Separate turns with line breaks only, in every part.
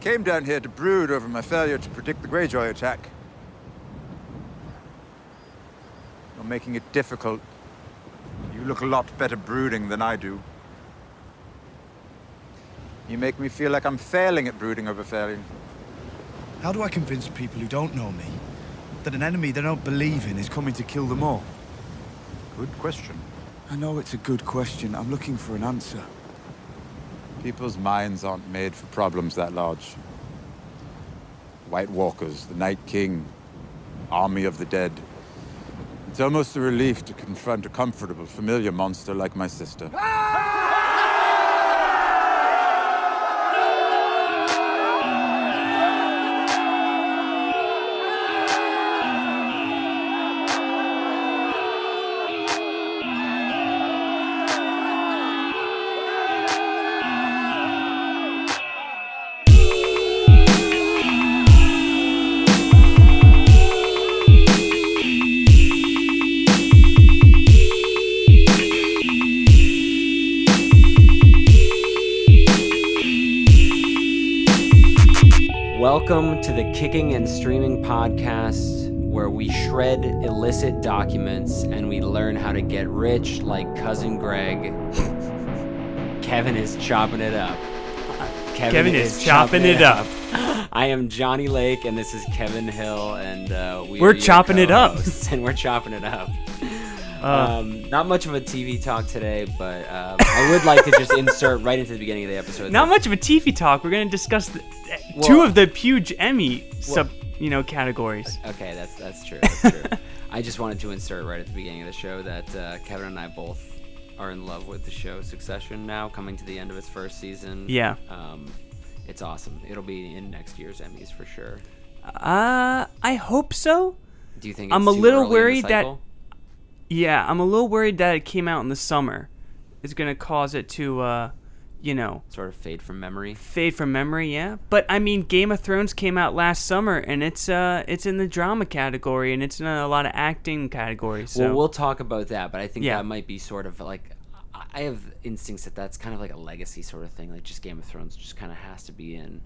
came down here to brood over my failure to predict the Greyjoy attack. You're making it difficult. You look a lot better brooding than I do. You make me feel like I'm failing at brooding over failing.
How do I convince people who don't know me that an enemy they don't believe in is coming to kill them all?
Good question.
I know it's a good question. I'm looking for an answer.
People's minds aren't made for problems that large. White Walkers, the Night King, Army of the Dead. It's almost a relief to confront a comfortable, familiar monster like my sister.
Welcome to the Kicking and Streaming Podcast, where we shred illicit documents and we learn how to get rich like cousin Greg. Kevin is chopping it up. Kevin,
Kevin is chopping it up.
I am Johnny Lake, and this is Kevin Hill, and uh, we
We're
are your
chopping it up. Uh.
co-hosts, and we're chopping it up. um, not much of a TV talk today, but uh, I would like to just insert right into the beginning of the episode.
Not much of a TV talk. We're going to discuss the,
Well-
two of the huge Emmy sub, you know, categories.
Okay, that's that's true. That's true. I just wanted to insert right at the beginning of the show that uh, Kevin and I both are in love with the show Succession now, coming to the end of its first season.
Yeah.
Um, it's awesome. It'll be in next year's Emmys for sure.
Uh, I hope so.
Do you think?
I'm
it's
a
too
little
early in the
worried that-
cycle?
Yeah, I'm a little worried that it came out in the summer. It's going to cause it to, uh, you know,
sort of fade from memory.
fade from memory. Yeah, but I mean, Game of Thrones came out last summer, and it's uh, it's in the drama category, and it's in a lot of acting categories. So
Well, we'll talk about that, but I think
Yeah.
that might be sort of like I- I have instincts that that's kind of like a legacy sort of thing. Like just Game of Thrones just kind of has to be in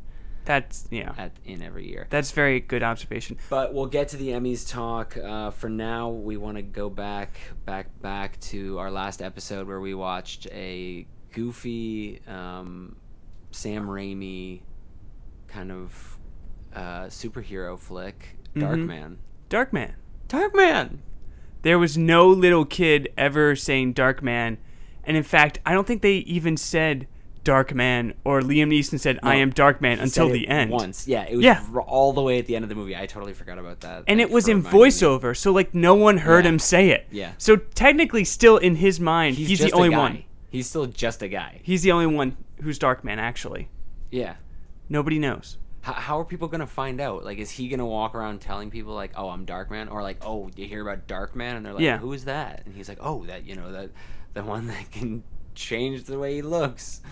that's yeah,
at in every year.
that's very good observation.
But we'll get to the Emmys talk. Uh, for now, we want to go back, back, back to our last episode where we watched a goofy um, Sam Raimi kind of uh, superhero flick, Darkman.
Mm-hmm. Darkman.
Darkman.
There was no little kid ever saying Dark Man. And in fact, I don't think they even said Dark Man or Liam Neeson said, I am Dark Man until
Said
the
it
end.
Once, yeah, it was
Yeah.
r- all the way at the end of the movie. I totally forgot about that.
And
Thank
it
you
was
for
in
reminding me.
voiceover, so like no one heard
Yeah.
him say it.
Yeah.
So technically, still in his mind, he's, the
just a
only
guy.
one.
He's still just a guy.
He's the only one who's Dark Man, actually.
Yeah.
Nobody knows.
How, how are people gonna find out? Like, is he gonna walk around telling people like, "Oh, I'm Darkman," or like, "Oh, you hear about Darkman?" And they're like,
Yeah.
"Who is that?" And he's like, "Oh, that you know that the one that can change the way he looks."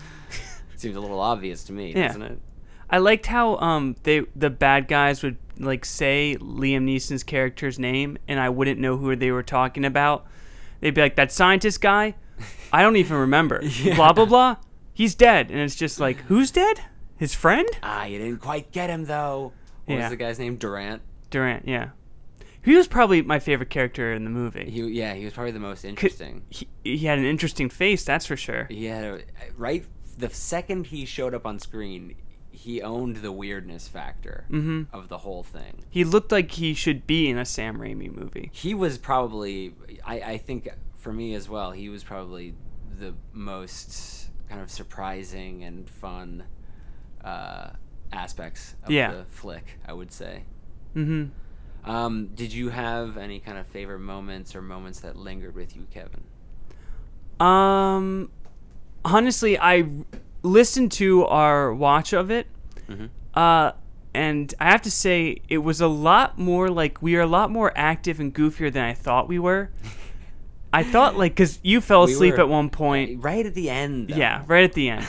Seems a little obvious to me,
Yeah.
doesn't it?
I liked how um they the bad guys would like say Liam Neeson's character's name and I wouldn't know who they were talking about. They'd be like that scientist guy? I don't even remember. Blah blah blah. He's dead and it's just like who's dead? His friend?
Ah, you didn't quite get him though. What
Yeah.
was the guy's name? Durant.
Durant, yeah. He was probably my favorite character in the movie.
He yeah, he was probably the most
Could-
interesting.
He, he had an interesting face, that's for sure.
He had a, right the second he showed up on screen, he owned the weirdness factor
Mm-hmm.
of the whole thing.
He looked like he should be in a Sam Raimi movie.
he was probably I, I think for me as well he was probably the most kind of surprising and fun uh, aspects of
Yeah.
the flick i would say
Mhm.
um, did you have any kind of favorite moments or moments that lingered with you kevin
Um, honestly, I listened to our watch of it,
Mm-hmm.
uh, and I have to say it was a lot more like we are a lot more active and goofier than I thought we were. I thought like because you fell
We
asleep
were-
at one point,
right at the end though.
yeah, right at the end.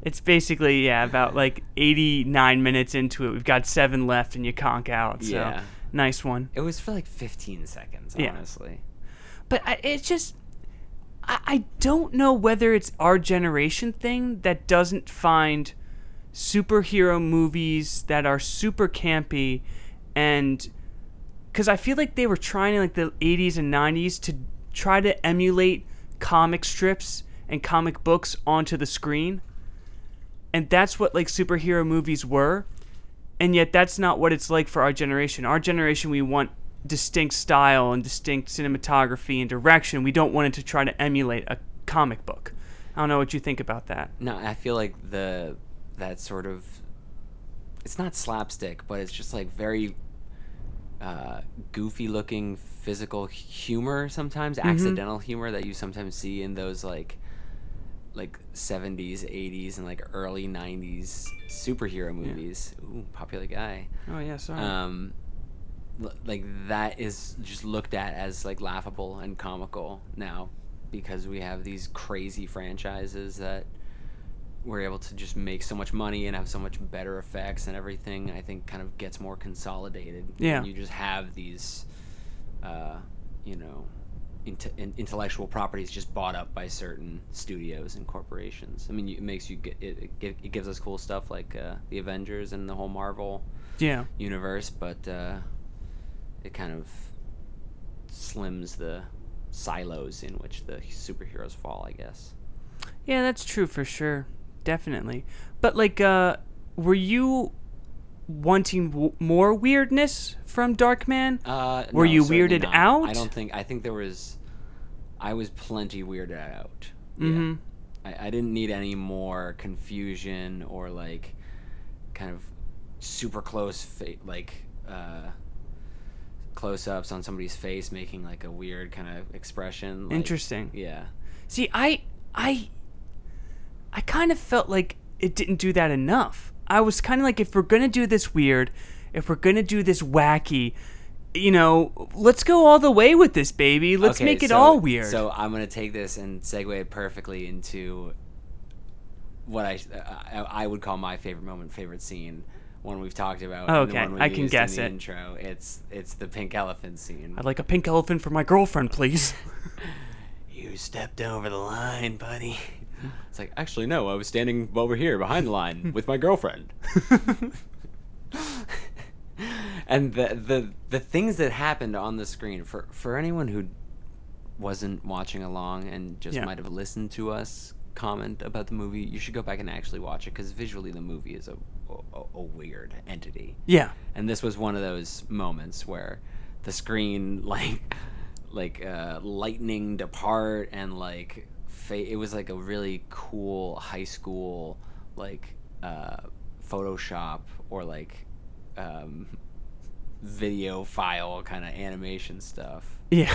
It's basically yeah, about like eighty nine minutes into it. We've got seven left, and you conk out. So
Yeah.
nice one.
it was for like 15 seconds
Yeah.
honestly
But I, it's just, I, I don't know whether it's our generation thing that doesn't find superhero movies that are super campy and because I feel like they were trying in like the 80s and 90s to try to emulate comic strips and comic books onto the screen. And that's what like superhero movies were. And yet that's not what it's like for our generation. Our generation we want distinct style and distinct cinematography and direction. We don't want it to try to emulate a comic book. I don't know what you think about that.
No, I feel like the that sort of it's not slapstick, but it's just like very uh, goofy looking physical humor sometimes, accidental humor that you sometimes see in those like like 70s, 80s and like early 90s superhero movies. Ooh, popular guy.
Oh yeah, sorry.
Um l- like that is just looked at as like laughable and comical now because we have these crazy franchises that we're able to just make so much money and have so much better effects and everything i think kind of gets more consolidated
Yeah.
and you just have these uh, you know inte- in- intellectual properties just bought up by certain studios and corporations i mean you- it makes you get it, it, gi- it gives us cool stuff like uh, the avengers and the whole marvel
yeah.
universe but uh, it kind of slims the silos in which the superheroes fall i guess
Yeah, that's true for sure. Definitely. But like uh were you wanting w- more weirdness from Darkman?
Uh,
Were
no,
you
certainly
weirded
not.
out?
I don't think. I think there was. I was plenty weirded out.
Mhm.
Yeah. I, I didn't need any more confusion or like, kind of, super close fa- like. Uh, close-ups on somebody's face making like a weird kind of expression like-
Interesting.
yeah
See, I I I kind of felt like it didn't do that enough. I was kind of like if we're going to do this weird, if we're going to do this wacky, you know, let's go all the way with this baby. Let's
Okay,
make it
so-
all weird.
So I'm gonna take this and segue perfectly into what I uh, I, I would call my favorite moment, favorite scene, one we've talked about. and the
Okay,
one we
I can
used
guess
in the
it.
Intro. It's it's the pink elephant scene.
I'd like a pink elephant for my girlfriend, please.
You stepped over the line, buddy. It's like actually no, I was standing over here behind the line with my girlfriend. and the the the things that happened on the screen for for anyone who wasn't watching along and just
Yeah.
might have listened to us comment about the movie, you should go back and actually watch it because visually the movie is a, a a weird entity
yeah.
and this was one of those moments where the screen like like uh, lightninged apart and like fa- it was like a really cool high school like uh, Photoshop or like um, video file kind of animation stuff
Yeah.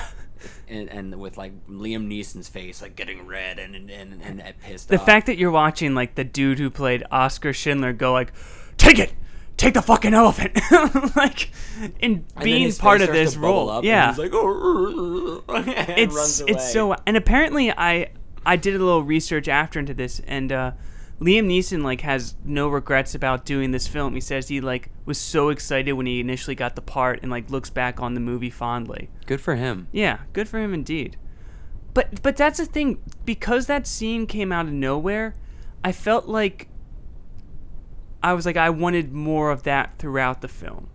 and, and with like Liam Neeson's face like getting red and and and, and pissed
The
off.
fact that you're watching like the dude who played Oscar Schindler go like, "Take it, take the fucking elephant," like, and
And then
being
his
part
face
of
starts
this
to bubble
role,
up, and
yeah,
he's like, "Arr," and
it's
runs
it's
away.
so. And apparently, I I did a little research after into this, and uh, Liam Neeson like has no regrets about doing this film. He says he like was so excited when he initially got the part, and like looks back on the movie fondly.
good for him.
Yeah, good for him indeed. But but that's the thing because that scene came out of nowhere, I felt like I was like I wanted more of that throughout the film.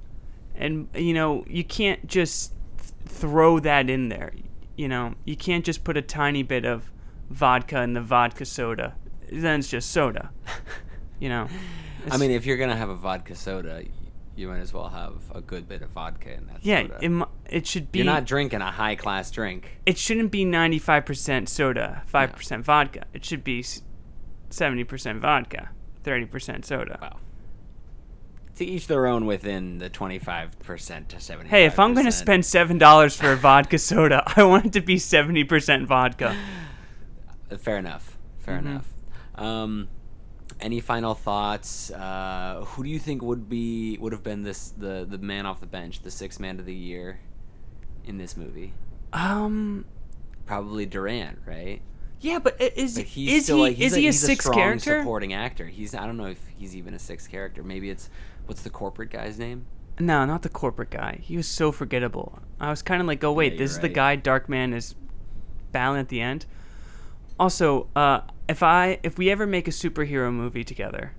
And you know, you can't just th- throw that in there. You know, you can't just put a tiny bit of vodka in the vodka soda. Then it's just soda. You know.
I mean, if you're gonna have a vodka soda, y- you might as well have a good bit of vodka in that
Yeah,
soda.
it, mu- it should be
you're not drinking a high class drink.
it shouldn't be 95% soda, 5% vodka. It should be s- 70% vodka, 30% soda.
Wow. To each their own within the 25% to 75
Hey, if I'm going to spend $7 for a vodka soda, I want it to be 70% vodka.
Uh, Fair enough. Fair
Mm-hmm.
enough. Um, any final thoughts? Uh, who do you think would be would have been this the the man off the bench, the sixth man of the year in this movie?
Um
Probably Durant, right?
yeah, but i- is
But he's
is
still
he
like, he's
is
a,
he a
he's
sixth
strong
character?
supporting actor. He's I don't know if he's even a sixth character. Maybe it's what's the corporate guy's name?
No, not the corporate guy. He was so forgettable. I was kind of like, oh wait,
you're
this is the
right.
guy Darkman is battling at the end. Also, uh, if I if we ever make a superhero movie together,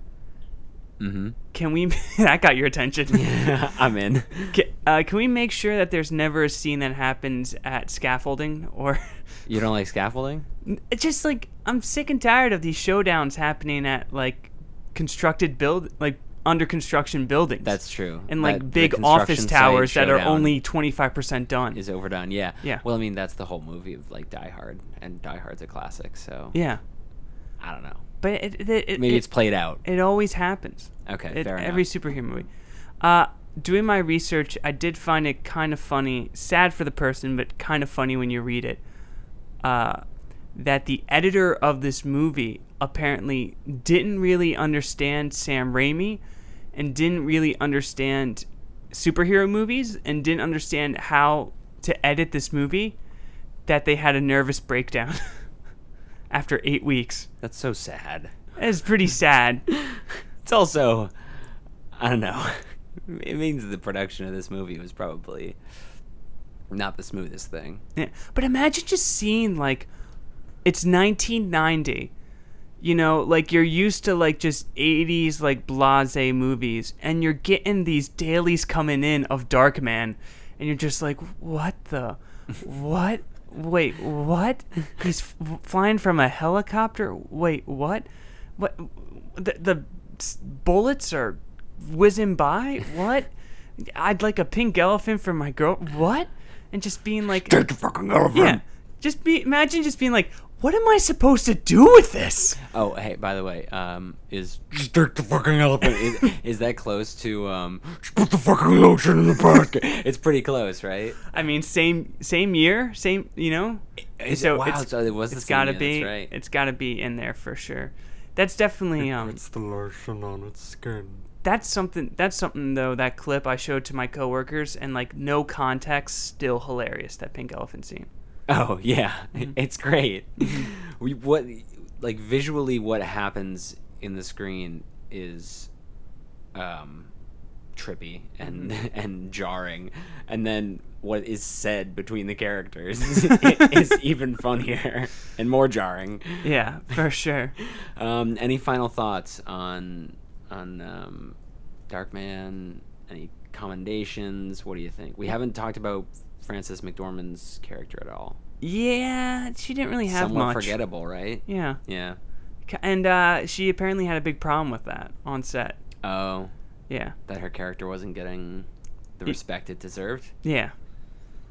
Mm-hmm.
Can we? that got your attention.
I'm in.
Ca- uh, can we make sure that there's never a scene that happens at scaffolding or
You don't like scaffolding?
it's just like I'm sick and tired of these showdowns happening at like constructed build like under construction buildings.
That's true.
And
That-
like
the
big office
construction
towers
site
that are
showdown
only 25% done.
is overdone. Yeah.
Yeah.
Well, I mean, that's the whole movie of like Die Hard, and Die Hard's a classic. So
yeah.
I don't know.
But it, it, it,
Maybe
it-
it's played out.
It always happens.
Okay,
It-
fair
every
enough.
superhero movie. Uh, doing my research, I did find it kind of funny, sad for the person, but kind of funny when you read it. Uh, that the editor of this movie apparently didn't really understand Sam Raimi, and didn't really understand superhero movies, and didn't understand how to edit this movie. That they had a nervous breakdown after eight weeks.
That's so sad.
It's pretty sad.
It's also, I don't know. It means the production of this movie was probably not the smoothest thing.
Yeah. But imagine just seeing like it's 1990. You know, like you're used to like just 80s like blasé movies and you're getting these dailies coming in of Darkman and you're just like what the what wait what he's f- flying from a helicopter wait what what the, the s- bullets are whizzing by what I'd like a pink elephant for my girl what and just being like
fucking
yeah. Just be imagine just being like, what am I supposed to do with this?
Oh, hey, by the way, um, is stick the fucking elephant is, is that close to um put the fucking lotion in the basket? it's pretty close, right?
I mean, same same year, same you know.
Is it- wow, so it was the
it's
same year,
gotta
that's
be
right.
it's gotta be in there for sure. That's definitely um
It's the lotion on its skin.
that's something that's something though that clip I showed to my coworkers and like no context still hilarious that pink elephant scene.
Oh yeah, it's great. we what like visually what happens in the screen is um trippy and and jarring and then what is said between the characters is even funnier and more jarring.
Yeah, for sure.
Um, any final thoughts on on um, Darkman? Any commendations? What do you think? We haven't talked about Frances McDormand's character at all.
Yeah, she didn't really have
Somewhat
much.
forgettable, right?
Yeah,
Yeah.
Ca- and uh, she apparently had a big problem with that on set.
Oh,
Yeah,
that her character wasn't getting the
Ye-
respect it deserved.
yeah.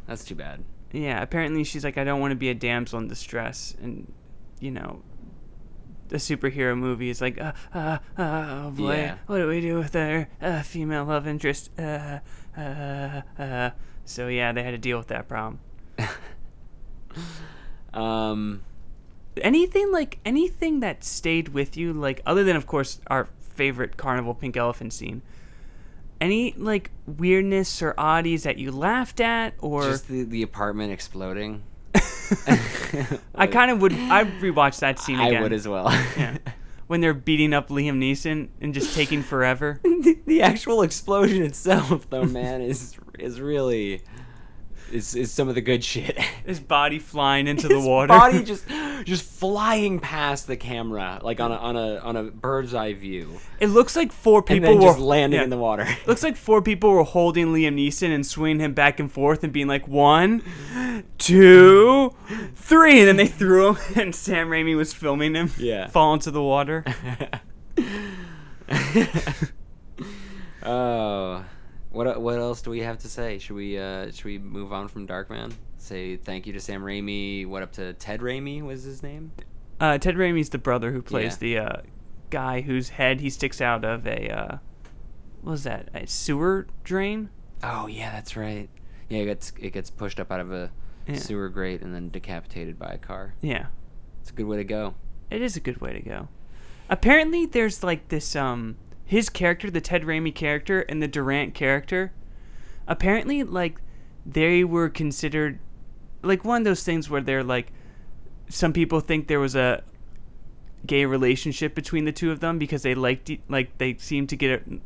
That's too bad.
Yeah, apparently she's like, I don't want to be a damsel in distress, and you know, the superhero movie is like, uh, uh, uh, oh boy,
Yeah.
what do we do with our uh, female love interest? Uh, uh, uh. So yeah, they had to deal with that problem.
Um,
Anything like anything that stayed with you, like other than of course our favorite carnival pink elephant scene. Any like weirdness or oddities that you laughed at, or
just the, the apartment exploding.
I kind of would I rewatch that scene
I
again.
would as well.
Yeah. When they're beating up Liam Neeson and just taking forever.
the, the actual explosion itself though man is is really is is some of the good shit
His body flying into the
His
water.
body just just flying past the camera like on a on a on a bird's eye view
it looks like four
and
people
then
were
just landing
yeah.
in the water
Looks like four people were holding Liam Neeson and swinging him back and forth and being like one, two, three, and then they threw him and Sam Raimi was filming him
Yeah.
fall into the water.
oh what what else do we have to say should we uh should we move on from darkman say thank you to sam raimi what up to ted raimi was his name
Uh, Ted Raimi's the brother who plays
Yeah.
the uh, guy whose head he sticks out of a uh, what was that a sewer drain?
Oh yeah, that's right. Yeah, it gets it gets pushed up out of a
Yeah.
sewer grate and then decapitated by a car.
Yeah.
It's a good way to go.
It is a good way to go. Apparently, there's like this um his character, the Ted Raimi character, and the Durant character. Apparently, like they were considered like one of those things where they're like some people think there was a gay relationship between the two of them because they liked e- like they seem to get a,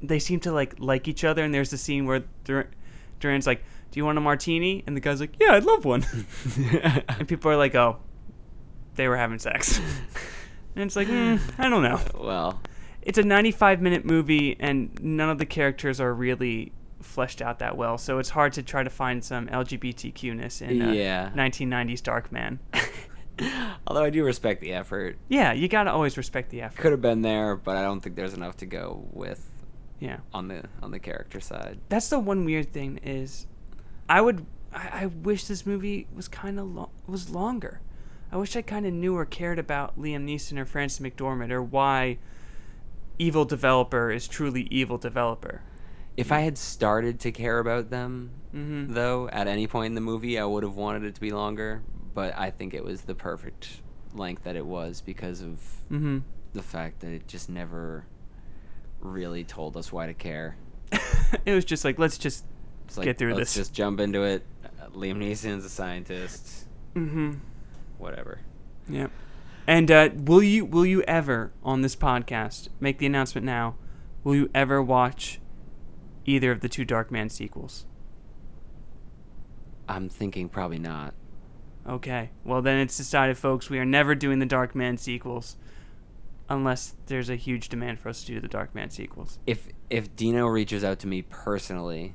they seem to like like each other and there's the scene where Dur- Durant's like do you want a martini and the guy's like yeah I'd love one and people are like oh they were having sex. and it's like, mm, "Hmm, I don't know.
well,
it's a 95 minute movie and none of the characters are really fleshed out that well so it's hard to try to find some lgbtqness in a
Yeah.
1990s dark man
Although I do respect the effort.
yeah you gotta always respect the effort
Could have been there, but I don't think there's enough to go with
yeah
on the on the character side.
that's the one weird thing is i would i, I wish this movie was kind of lo- was longer i wish i kind of knew or cared about liam neeson or francis mcdormand or why evil developer is truly evil developer
If I had started to care about them,
Mm-hmm.
though, at any point in the movie, I would have wanted it to be longer. But I think it was the perfect length that it was because of
mm-hmm
the fact that it just never really told us why to care.
it was just like let's just
It's like,
Get through
let's
this.
Just jump into it. Uh, Liam Neeson's a scientist.
mm-hmm
Whatever.
Yep. And uh, will you will you ever on this podcast make the announcement now? Will you ever watch either of the two Dark Man sequels?
I'm thinking probably not.
Okay. Well, then it's decided, folks. We are never doing the Dark Man sequels unless there's a huge demand for us to do the Dark Man sequels.
If if Dino reaches out to me personally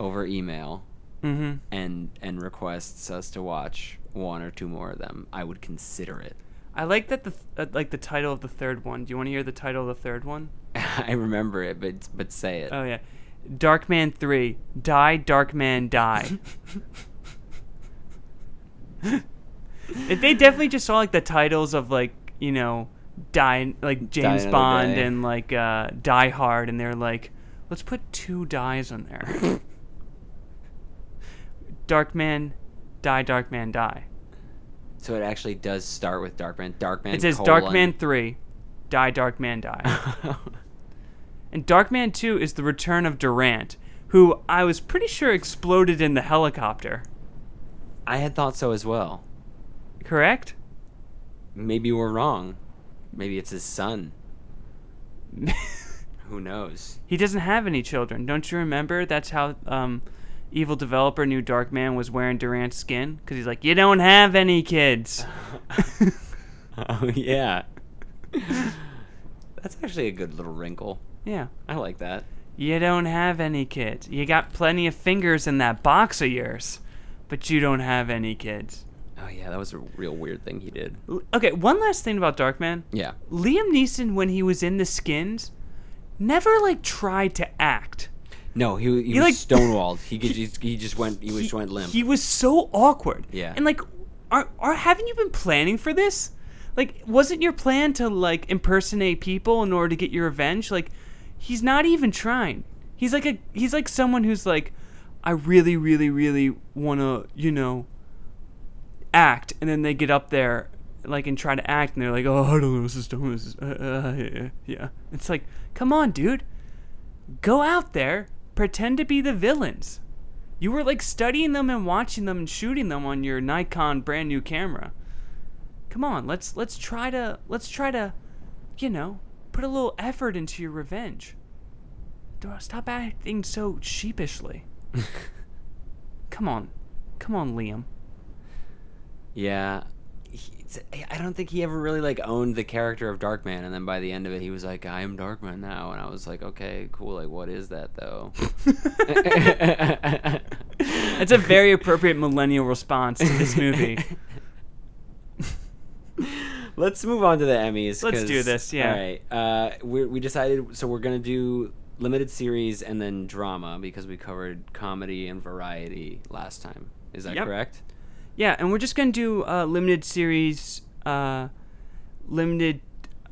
over email
Mm-hmm.
and and requests us to watch one or two more of them, I would consider it.
I like that the th- uh, like the title of the third one. Do you want to hear the title of the third one?
I remember it, but but say it.
Oh yeah, Dark Man Three: Die, Dark Man, Die. If they definitely just saw like the titles of like you know, die like James
Another
Bond
Day.
and like uh, Die Hard, and they're like, let's put two dies on there. Dark Man, Die, Dark Man, Die.
so it actually does start with Darkman. Darkman.
It says
colon-
Dark Man Three, Die, Dark Man, Die. And Darkman 2 is the return of Durant, who I was pretty sure exploded in the helicopter.
I had thought so as well.
Correct?
Maybe we're wrong. Maybe it's his son. Who knows?
He doesn't have any children. Don't you remember? That's how um, evil developer knew Darkman was wearing Durant's skin because he's like, "You don't have any kids."
Oh yeah. That's actually a good little wrinkle.
yeah,
I like that.
you don't have any kids. You got plenty of fingers in that box of yours, but you don't have any kids.
Oh yeah, that was a real weird thing he did.
L- Okay, one last thing about Darkman.
Yeah.
Liam Neeson, when he was in The Skins, never like tried to act.
No, he, he, was
like-
stonewalled. He, could just he just went he, just went limp.
He was so awkward.
Yeah.
And like, are are haven't you been planning for this? Like, wasn't your plan to like impersonate people in order to get your revenge? Like, he's not even trying. He's like a he's like someone who's like, I really, really, really wanna, you know, act, and then they get up there. Like and try to act, and they're like, "Oh, I don't know, this is dumb. This is, uh, uh, yeah, yeah." It's like, come on, dude, go out there, pretend to be the villains. You were like studying them and watching them and shooting them on your Nikon brand new camera. Come on, let's let's try to let's try to, you know, put a little effort into your revenge. Don't- Stop acting so sheepishly. Come on, come on, Liam.
yeah. He, it's- I don't think he ever really like owned the character of Darkman, and then by the end of it, he was like, "I am Darkman now," and I was like, "Okay, cool. Like, what is that though?"
That's a very appropriate millennial response to this movie.
Let's move on to the Emmys.
Let's
'cause-
do this, yeah.
All right. Uh, we we decided so we're gonna do limited series and then drama because we covered comedy and variety last time. Is that
Yep.
correct?
Yeah, and we're just gonna do uh, limited series, uh, limited,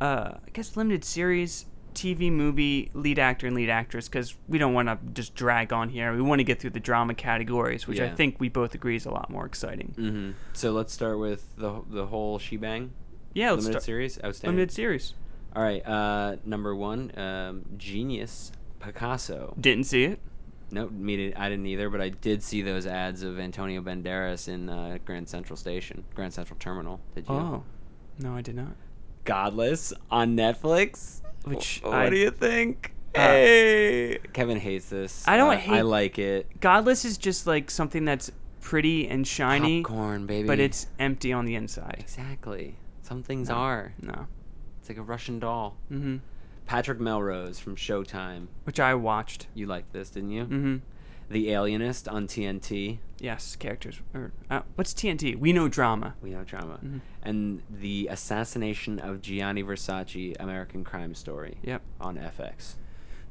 uh, I guess limited series, TV movie, lead actor and lead actress, because we don't want to just drag on here. We want to get through the drama categories, which I
Yeah.
think we both agree is a lot more exciting.
Mm-hmm. So let's start with the the whole shebang.
Yeah, let's
limited
Oh, start.
series, outstanding.
Limited series.
All right. Uh, number one, um, genius Picasso.
Didn't see it.
No, me did, I didn't either, but I did see those ads of Antonio Banderas in uh, Grand Central Station, Grand Central Terminal. Did you?
Oh, no, I did not.
Godless on Netflix.
Which
Wh- what
I-
do you think?
Uh,
hey, Kevin hates this.
I don't
Uh, I
hate-
like it.
Godless is just like something that's pretty and shiny,
Popcorn, baby.
but it's empty on the inside.
exactly some things are.
No.
It's like a Russian doll.
Mm-hmm.
Patrick Melrose from Showtime.
which I watched.
You liked this, didn't you?
Mm-hmm.
The Alienist on TNT.
Yes, characters. Or, uh, what's TNT? We know drama.
We know drama.
Mm-hmm.
And the assassination of Gianni Versace, American Crime Story.
Yep.
On FX.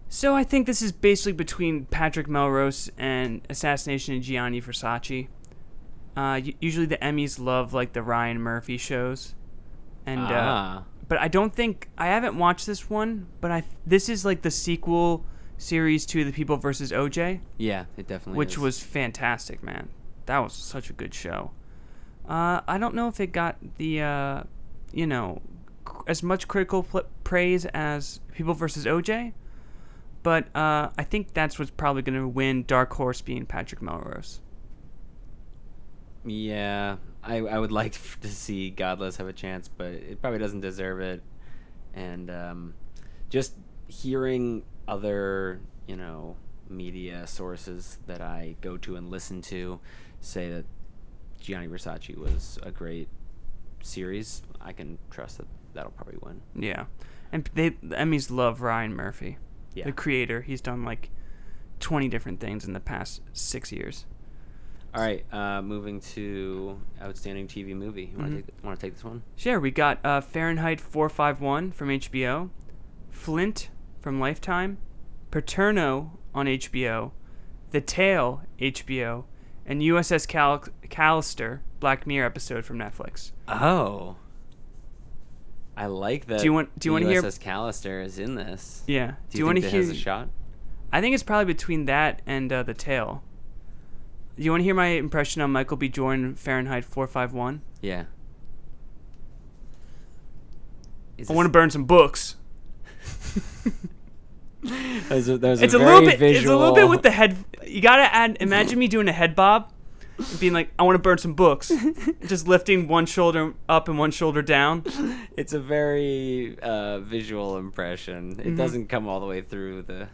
So I think this is basically between Patrick Melrose and Assassination and Gianni Versace. Uh, u- usually the Emmys love like the Ryan Murphy shows, and uh,
Ah.
but I don't think I haven't watched this one. But I this is like the sequel series to The People versus OJ,
Yeah, it definitely.
which
is.
was fantastic, man. That was such a good show. Uh, I don't know if it got the uh, you know cr- as much critical pl- praise as People versus OJ, but uh, I think that's what's probably going to win Dark Horse being Patrick Melrose.
Yeah, I I would like to see Godless have a chance, but it probably doesn't deserve it. And um, just hearing other you know media sources that I go to and listen to say that Gianni Versace was a great series, I can trust that that'll probably win.
Yeah, and p- they the Emmys love Ryan Murphy,
Yeah.
the creator. He's done like twenty different things in the past six years.
All right, uh, moving to outstanding TV movie. You want to take, want to take this one?
Sure, we got uh, Fahrenheit 451 from HBO, Flint from Lifetime, Paterno on HBO, The Tale HBO, and USS Cal- Callister Black Mirror episode from Netflix.
Oh. I like that.
you want- do you
the
wanna hear-
USS Callister is in this.
Yeah.
Do you,
wanna
think that has a shot?
I think it's probably between that and uh, The Tale. Do you want to hear my impression on Michael B. Jordan Fahrenheit 451?
Yeah. Is
I want to burn some books.
to. There's a, there's
It's a
a,
little
very
bit. It's a little bit
visual-
with the head. You gotta add. Imagine me doing a head bob, and being like, "I want to burn some books," just lifting one shoulder up and one shoulder down.
It's a very uh, visual impression. It
Mm-hmm.
doesn't come all the way through the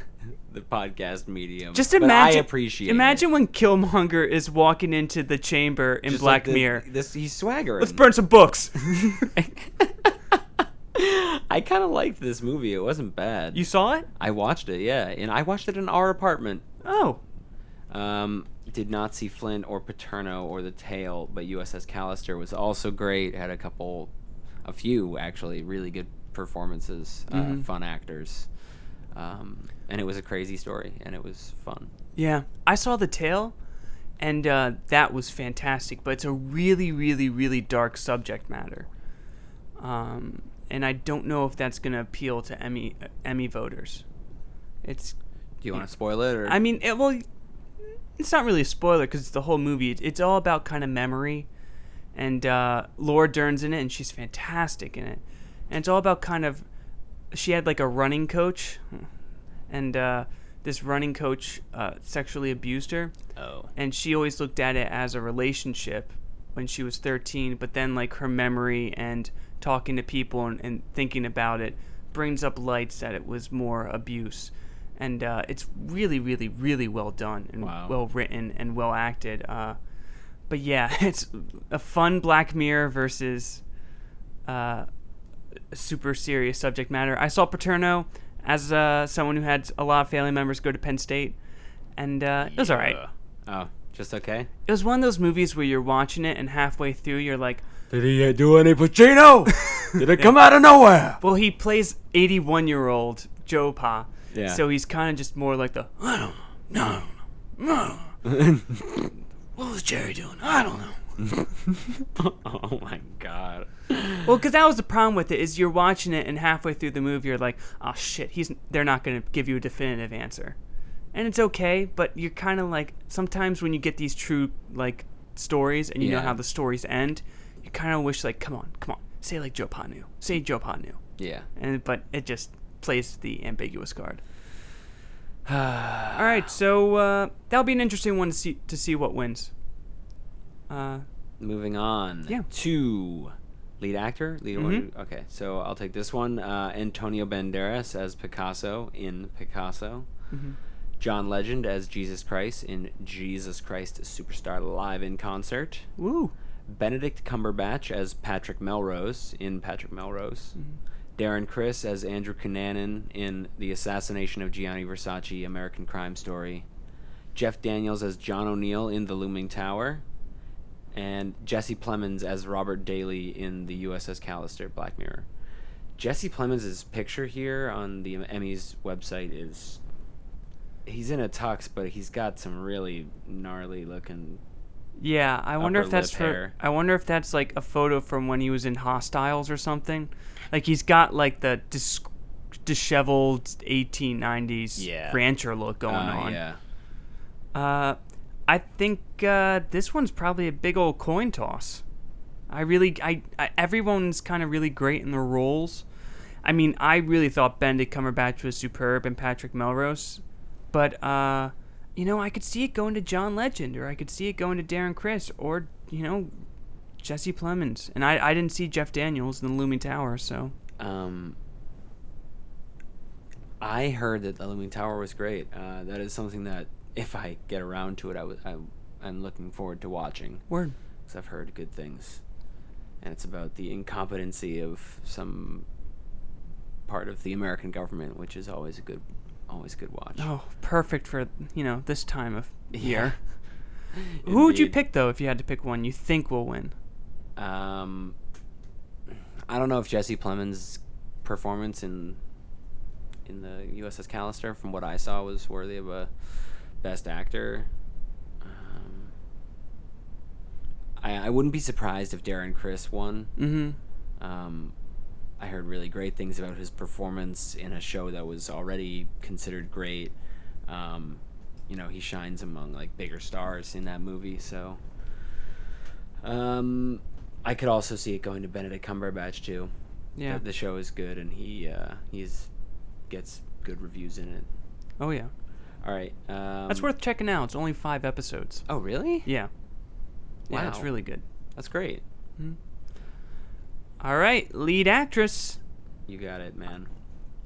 the podcast medium.
Just
but
imagine.
I appreciate. it.
Imagine when Killmonger is walking into the chamber in
Just like
Black
the-
Mirror.
This he's swaggering.
Let's burn some books.
I kind of liked this movie. It wasn't bad.
you saw it?
I watched it, yeah, and I watched it in our apartment.
Oh,
Um, did not see Flint or Paterno or The Tale, but USS Callister was also great. Had a couple, a few actually, really good performances,
Mm-hmm.
uh, fun actors, um, and it was a crazy story and it was fun.
yeah. I saw the tale, and uh, that was fantastic. But it's a really, really, really dark subject matter. Um, and I don't know if that's gonna appeal to Emmy uh, Emmy voters. It's
Do you want to spoil it? Or?
I mean, it, well, it's not really a spoiler because it's the whole movie. It, it's all about kind of memory, and uh, Laura Dern's in it, and she's fantastic in it. And it's all about kind of she had like a running coach, and uh, this running coach uh, sexually abused her,
oh,
and she always looked at it as a relationship when she was 13 but then like her memory and talking to people and, and thinking about it brings up lights that it was more abuse and uh, it's really really really well done and
Wow.
well written and well acted uh, but yeah it's a fun black mirror versus uh, super serious subject matter i saw paterno as uh, someone who had a lot of family members go to penn state and uh, it was all right
oh, just okay.
it was one of those movies where you're watching it and halfway through you're like,
Did he uh, do any Pacino? Did it come out of nowhere?
well, he plays 81 year old Joe Pa.
Yeah.
So he's kind of just more like the, I don't know. No, no, no. what was Jerry doing? I don't know.
oh my god.
Well, because that was the problem with it is you're watching it and halfway through the movie you're like, oh shit, he's they're not gonna give you a definitive answer, and it's okay, but you're kind of like sometimes when you get these true like stories and you know
Yeah.
how the stories end, you kind of wish like, come on, come on, say like Joe Pa knew, say Joe Pa knew,
Yeah.
and but it just plays the ambiguous card. All right, so uh, that'll be an interesting one to see to see what wins. Uh,
Moving on.
Yeah.
To lead actor, lead one. Okay, so I'll take this one. Uh, Antonio Banderas as Picasso in Picasso. John Legend as Jesus Christ in Jesus Christ Superstar Live in Concert.
woo. Mm-hmm.
Benedict Cumberbatch as Patrick Melrose in Patrick Melrose. Darren Chris as Andrew Cunanan in The Assassination of Gianni Versace, American Crime Story. Jeff Daniels as John O'Neill in The Looming Tower. And Jesse Plemons as Robert Daly in the USS Callister, Black Mirror. Jesse Plemons' picture here on the Emmys website is. He's in a tux, but he's got some really gnarly looking.
Yeah, I wonder
Upper
if that's
lip
for.
hair.
I wonder if that's like a photo from when he was in Hostiles or something. Like he's got like the dis- disheveled 1890s
Yeah.
rancher look going
Uh,
on.
Yeah.
Uh, I think uh, this one's probably a big old coin toss. I really, I, I everyone's kind of really great in their roles. I mean, I really thought Benedict Cumberbatch was superb and Patrick Melrose, but uh, you know, I could see it going to John Legend, or I could see it going to Darren Chris, or you know, Jesse Plemons. And I, I didn't see Jeff Daniels in the Looming Tower, so
Um, I heard that the Looming Tower was great. Uh, that is something that if I get around to it, I w- I, I'm looking forward to watching
word.
because I've heard good things. And it's about the incompetency of some part of the American government, which is always a good, always good watch.
Oh, perfect for you know this time of
Yeah.
year. Who would you
Indeed.
pick though if you had to pick one you think will win?
Um, I don't know if Jesse Plemons' performance in in the USS Callister, from what I saw, was worthy of a Best Actor. Um, I, I wouldn't be surprised if Darren Chris won.
Mm-hmm.
Um, I heard really great things about his performance in a show that was already considered great. Um, you know, he shines among like bigger stars in that movie, so. Um, I could also see it going to Benedict Cumberbatch too.
Yeah.
The, the show is good, and he uh, he's gets good reviews in it.
Oh yeah.
All right. Um,
That's worth checking out. It's only five episodes.
Oh really?
Yeah. Yeah, it's
Wow.
really good.
That's great.
All right, lead actress.
You got it, man.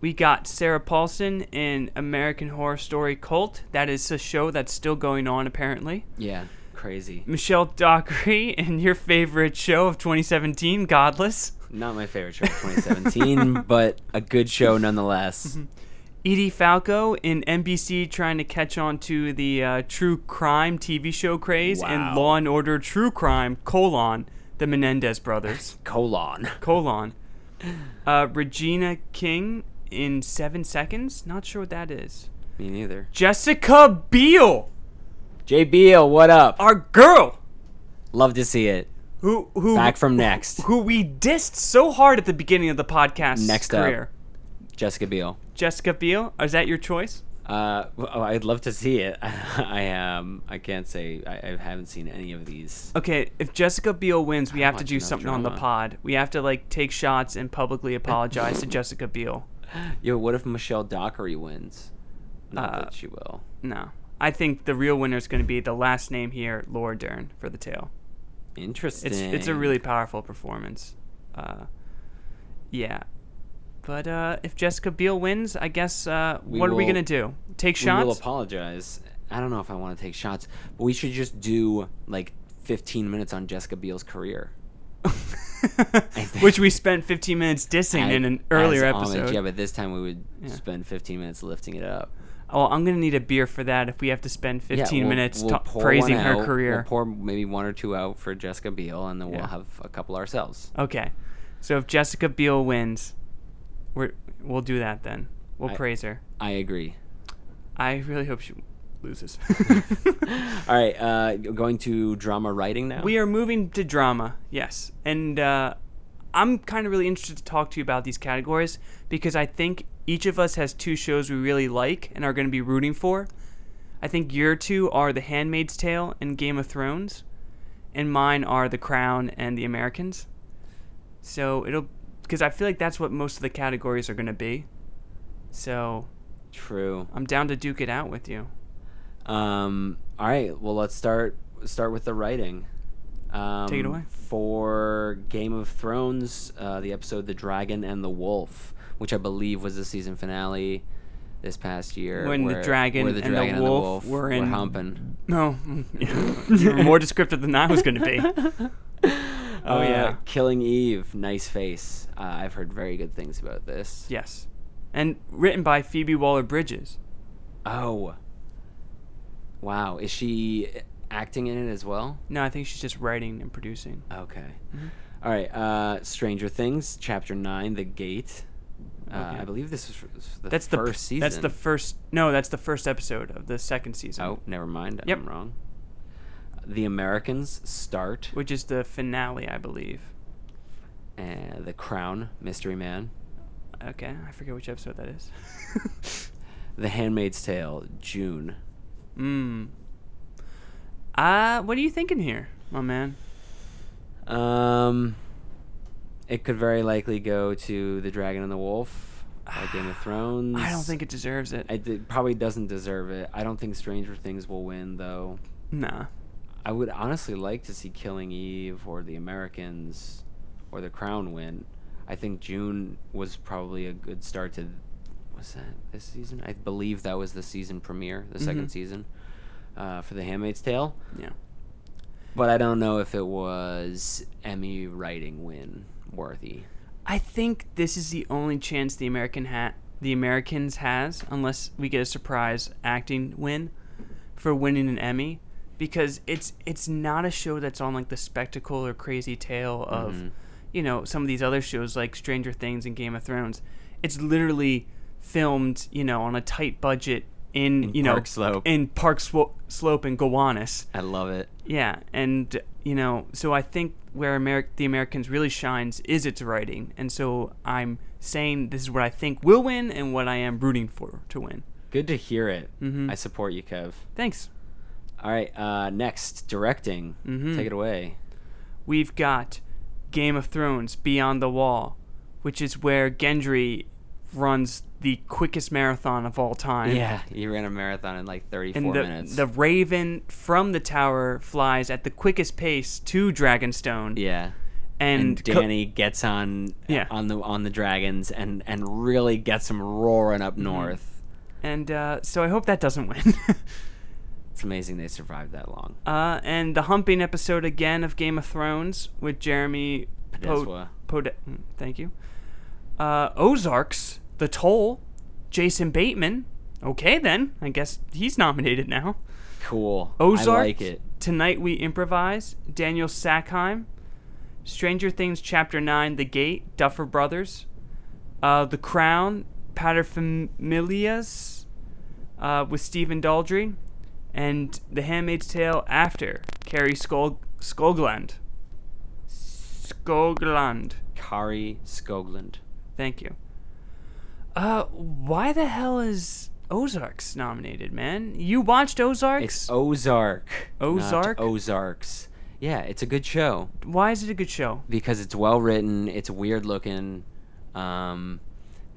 We got Sarah Paulson in American Horror Story Cult. That is a show that's still going on apparently.
Yeah. Crazy.
Michelle Dockery in your favorite show of 2017, Godless.
Not my favorite show of 2017, but a good show nonetheless.
Mm-hmm. Edie Falco in NBC trying to catch on to the uh, true crime TV show craze
Wow.
and Law and Order True Crime colon the Menendez brothers
Colon.
colon uh, Regina King in Seven Seconds. Not sure what that is.
Me neither.
Jessica Biel,
J Beal, what up?
our girl,
Love to see it.
who who
Back from next.
who we dissed so hard at the beginning of the podcast
Next up.
career.
Jessica Biel.
Jessica Biel, is that your choice?
Uh, w- oh, I'd love to see it. I um, I can't say I, I haven't seen any of these.
Okay, if Jessica Biel wins, we have to
watch
do
enough
something on the
drama.
pod. We have to like take shots and publicly apologize to Jessica Biel.
Yo, what if Michelle Dockery wins? Not
Uh,
that she will.
No. I think the real winner is going to be the last name here, Laura Dern, for the tale.
Interesting.
It's it's a really powerful performance. Uh, yeah, but uh, if Jessica Biel wins, I guess uh, what are we
will-
gonna do? Take
We will
shots?
apologize. I don't know if I want to take shots, but we should just do like 15 minutes on Jessica Biel's career.
Which we spent 15 minutes dissing in
I-
an earlier
as homage,
episode.
Yeah, but this time we would spend 15 minutes lifting it up.
Oh, I'm gonna need a beer for that if we have to spend 15
we'll-
minutes
we'll
ta-
pour
praising
one
her
out. We'll
career.
pour maybe one or two out for Jessica Biel, and then we'll
Yeah.
have a couple ourselves.
okay, so if Jessica Biel wins, we're, we'll do that then. We'll
I-
praise her.
I agree.
I really hope she loses.
All right, uh, going to drama writing now.
We are moving to drama, yes. And uh, I'm kind of really interested to talk to you about these categories because I think each of us has two shows we really like and are going to be rooting for. I think your two are The Handmaid's Tale and Game of Thrones, and mine are The Crown and The Americans. So it'll, because I feel like that's what most of the categories are going to be. So
true.
I'm down to duke it out with you.
Um, all right, well let's start start with the writing. Um,
Take it away.
For Game of Thrones, uh, the episode "The Dragon and the Wolf," which I believe was the season finale this past year.
When the dragon
where
and the wolf were in-
humping.
No, you were more descriptive than I was going to be.
Oh
yeah.
Killing Eve, nice face. Uh, I've heard very good things about this.
Yes. And written by Phoebe Waller Bridges.
Oh. Wow, is she acting in it as well?
No, I think she's just writing and producing.
Okay.
Mm-hmm.
All right. Uh, Stranger Things, Chapter Nine, The Gate. Uh,
Okay.
I believe this is f- the
That's the
first season.
That's the first. No, that's the first episode of the second season.
oh, never mind.
Yep.
I'm wrong. The Americans start.
Which is the finale, I believe.
Uh, the Crown, Mystery Man,
Okay, I forget which episode that is.
The Handmaid's Tale, June.
Mmm. Uh, what are you thinking here, my man?
Um, it could very likely go to The Dragon and the Wolf, like Game of Thrones.
I don't think it deserves it.
It d- probably doesn't deserve it. I don't think Stranger Things will win though.
nah.
I would honestly like to see Killing Eve or The Americans or The Crown win. I think June was probably a good start to. Was that this season? I believe that was the season premiere, the second season uh, for The Handmaid's Tale.
Yeah.
But I don't know if it was Emmy writing win worthy.
I think this is the only chance the American hat the Americans has, unless we get a surprise acting win for winning an Emmy, because it's it's not a show that's on like the spectacle or crazy tale of,
Mm-hmm.
you know, some of these other shows like Stranger Things and Game of Thrones. It's literally filmed, you know, on a tight budget in, you know
Park Slope.
in Park Swo- Slope in Gowanus.
I love it.
Yeah, and you know, so I think where Ameri- the Americans really shines is its writing, and so I'm saying this is what I think will win and what I am rooting for to win.
Good to hear it. I support you, Kev.
Thanks.
All right, uh, next directing. Take it away.
We've got Game of Thrones: Beyond the Wall, which is where Gendry runs the quickest marathon of all time.
Yeah, he ran a marathon in like 34
And the,
minutes.
the raven from the tower flies at the quickest pace to Dragonstone.
yeah.
And,
and
co-
Danny gets on
Yeah.
on the on the dragons and and really gets them roaring
Mm-hmm.
up north.
and uh, so I hope that doesn't win.
It's amazing they survived that long.
Uh, and the humping episode again of Game of Thrones with Jeremy
Podeswa.
Po- Pode- mm, Thank you. Uh, Ozarks, The Toll, Jason Bateman. Okay, then. I guess he's nominated now.
Cool.
Ozark,
I like it.
Tonight We Improvise, Daniel Sackheim, Stranger Things Chapter 9, The Gate, Duffer Brothers, uh, The Crown, Paterfamilias uh, with Stephen Daldry, and The Handmaid's Tale After, Carrie Skog- Skogland. Skogland.
Kari Skoglund.
Thank you. Uh, why the hell is Ozarks nominated, man? You watched Ozarks?
It's Ozark. not
Ozark?
Ozarks. Yeah, it's a good show
why is it a good show?
because it's well written. It's weird looking. Um,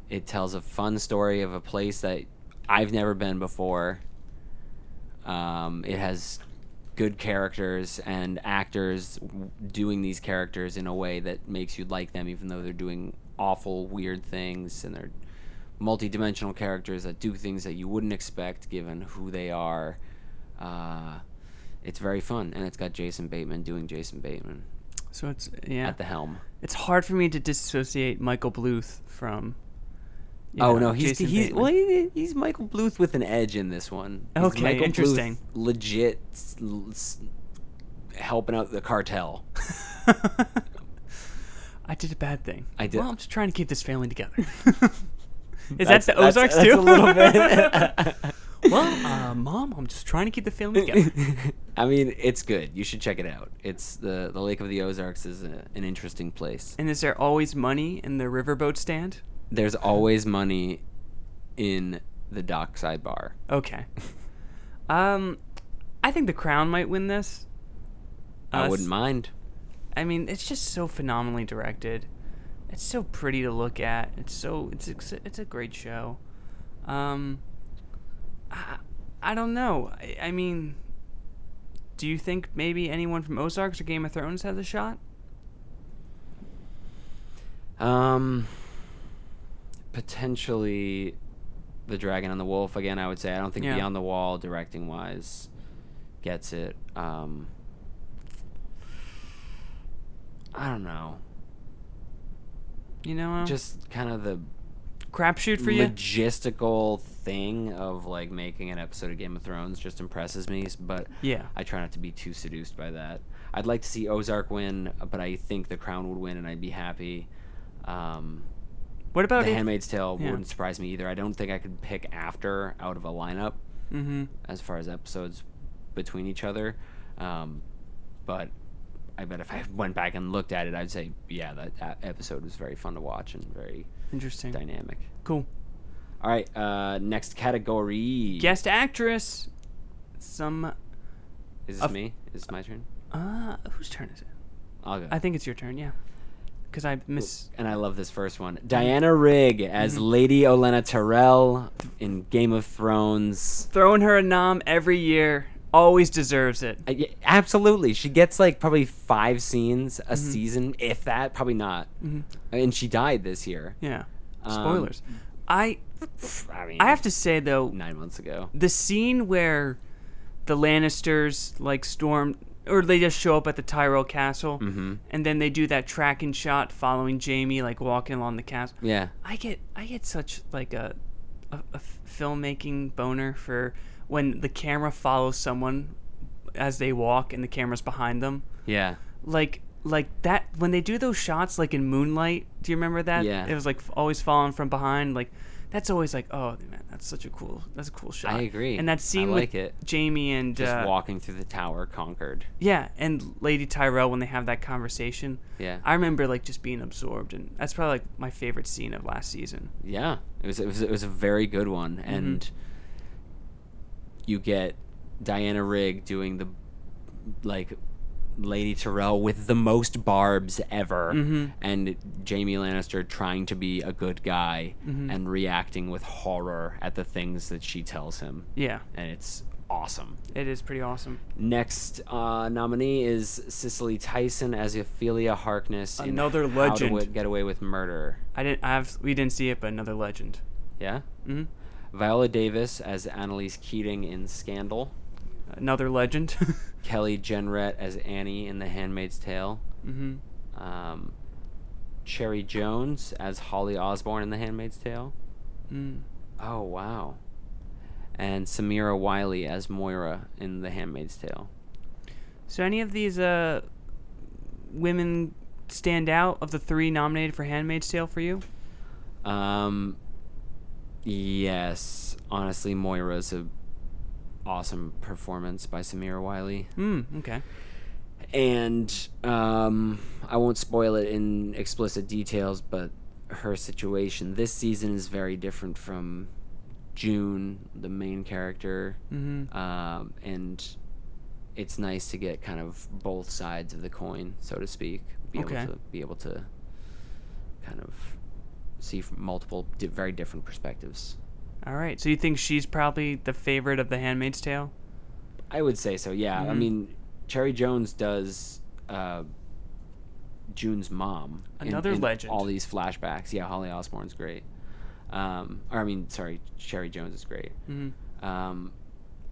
it tells a fun story of a place that I've never been before. Um, it has good characters and actors w- doing these characters in a way that makes you like them, even though they're doing awful, weird things and they're multi-dimensional characters that do things that you wouldn't expect given who they are. Uh, it's very fun, and it's got Jason Bateman doing Jason Bateman
So it's yeah.
at the helm.
it's hard for me to disassociate Michael Bluth from. you
Oh
know,
no, he's
Jason
he's
Bateman.
well, he, he's Michael Bluth with an edge in this one. He's
Okay,
Michael Bluth
interesting.
legit s- l- s- helping out the cartel.
I did a bad thing.
I did-
Well, I'm just trying to keep this family together. Is
That's-
that the
that's-
Ozarks
that's a
too?
little bit.
well, uh, mom, I'm just trying to keep the family together.
I mean, it's good. You should check it out. It's the the Lake of the Ozarks is a, an interesting place.
and is there always money in the riverboat stand?
There's always money in the dockside bar.
Okay. Um, I think the Crown might win this.
I
Uh,
wouldn't mind.
I mean, it's just so phenomenally directed. It's so pretty to look at. It's so it's ex- it's a great show. Um, I, I don't know. I, I mean, do you think maybe anyone from Ozarks or Game of Thrones has a shot?
Um, potentially, the Dragon and the Wolf again. I would say I don't think
Yeah.
Beyond the Wall, directing wise, gets it. Um, I don't know.
You know, just
Just kind of the
crapshoot for you.
logistical thing of like making an episode of Game of Thrones just impresses me, s- but
Yeah.
I try not to be too seduced by that. I'd like to see Ozark win, but I think The Crown would win, and I'd be happy. Um,
What about
the
if-
Handmaid's Tale
yeah.
wouldn't surprise me either. I don't think I could pick after out of a lineup
Mhm.
as far as episodes between each other, um, but I bet if I went back and looked at it, I'd say yeah, that a- episode was very fun to watch and very
Interesting.
dynamic.
Cool.
All right, uh, next category.
Guest actress. Some.
Is this
of-
me? Is this my turn?
Uh, whose turn is it?
I'll go.
I think it's your turn. Yeah. Because I miss.
and I love this first one.
Mm-hmm.
Diana Rigg as Lady Olenna Tyrell in Game of Thrones.
Throwing her a nom every year always deserves it.
Uh, yeah, absolutely. She gets like probably five scenes
Mm-hmm.
a season, if that, probably not. And she died this year.
Yeah.
Um,
Spoilers. I
I mean,
I have to say though,
nine months ago.
the scene where the Lannisters like storm or they just show up at the Tyrell castle
Mm-hmm.
and then they do that tracking shot following Jamie like walking along the castle.
Yeah.
I get I get such like a, a, a f- filmmaking boner for when the camera follows someone as they walk and the camera's behind them.
Yeah.
Like like that when they do those shots like in Moonlight. Do you remember that?
Yeah.
It was like f- always following from behind. Like that's always like oh man that's such a cool that's a cool shot.
I agree.
And that
I
scene
like
with
it.
Jamie and
Just
uh,
walking through the tower, conquered.
yeah and Lady Tyrell when they have that conversation.
Yeah.
I remember like just being absorbed and that's probably like my favorite scene of last season.
Yeah, it was it was, it was a very good one,
Mm-hmm.
and you get Diana Rigg doing the like Lady Tyrell with the most barbs ever,
Mm-hmm.
and Jamie Lannister trying to be a good guy
Mm-hmm.
and reacting with horror at the things that she tells him,
Yeah.
and it's awesome.
It is pretty awesome.
Next uh, nominee is Cicely Tyson as Ophelia Harkness. in
Another
How to
legend.
Wi- Get Away with Murder.
I didn't. I have. We didn't see it, but another legend.
Yeah. Mm-hmm. Viola Davis as Annalise Keating in Scandal.
Another legend.
Kelly Jenrette as Annie in The Handmaid's Tale. Mm-hmm. Um, Cherry Jones as Holly Osborne in The Handmaid's Tale. Mm. Oh wow. And Samira Wiley as Moira in The Handmaid's Tale.
so, any of these uh, women stand out of the three nominated for *Handmaid's Tale* for you?
Um, yes, honestly, Moira's a awesome performance by Samira Wiley.
Hmm. Okay.
and um, I won't spoil it in explicit details, but her situation this season is very different from June, the main character, um, and it's nice to get kind of both sides of the coin, so to speak. Be
Okay.
able to be able to kind of see from multiple, di- very different perspectives.
All right. So you think she's probably the favorite of *The Handmaid's Tale*?
I would say so. Yeah,
Mm-hmm.
I mean, Cherry Jones does uh, June's mom. in-
Another
in
legend.
All these flashbacks. Yeah, Holly Osborne's great. Um, or I mean, sorry, Cherry Jones is great.
Mm-hmm.
Um,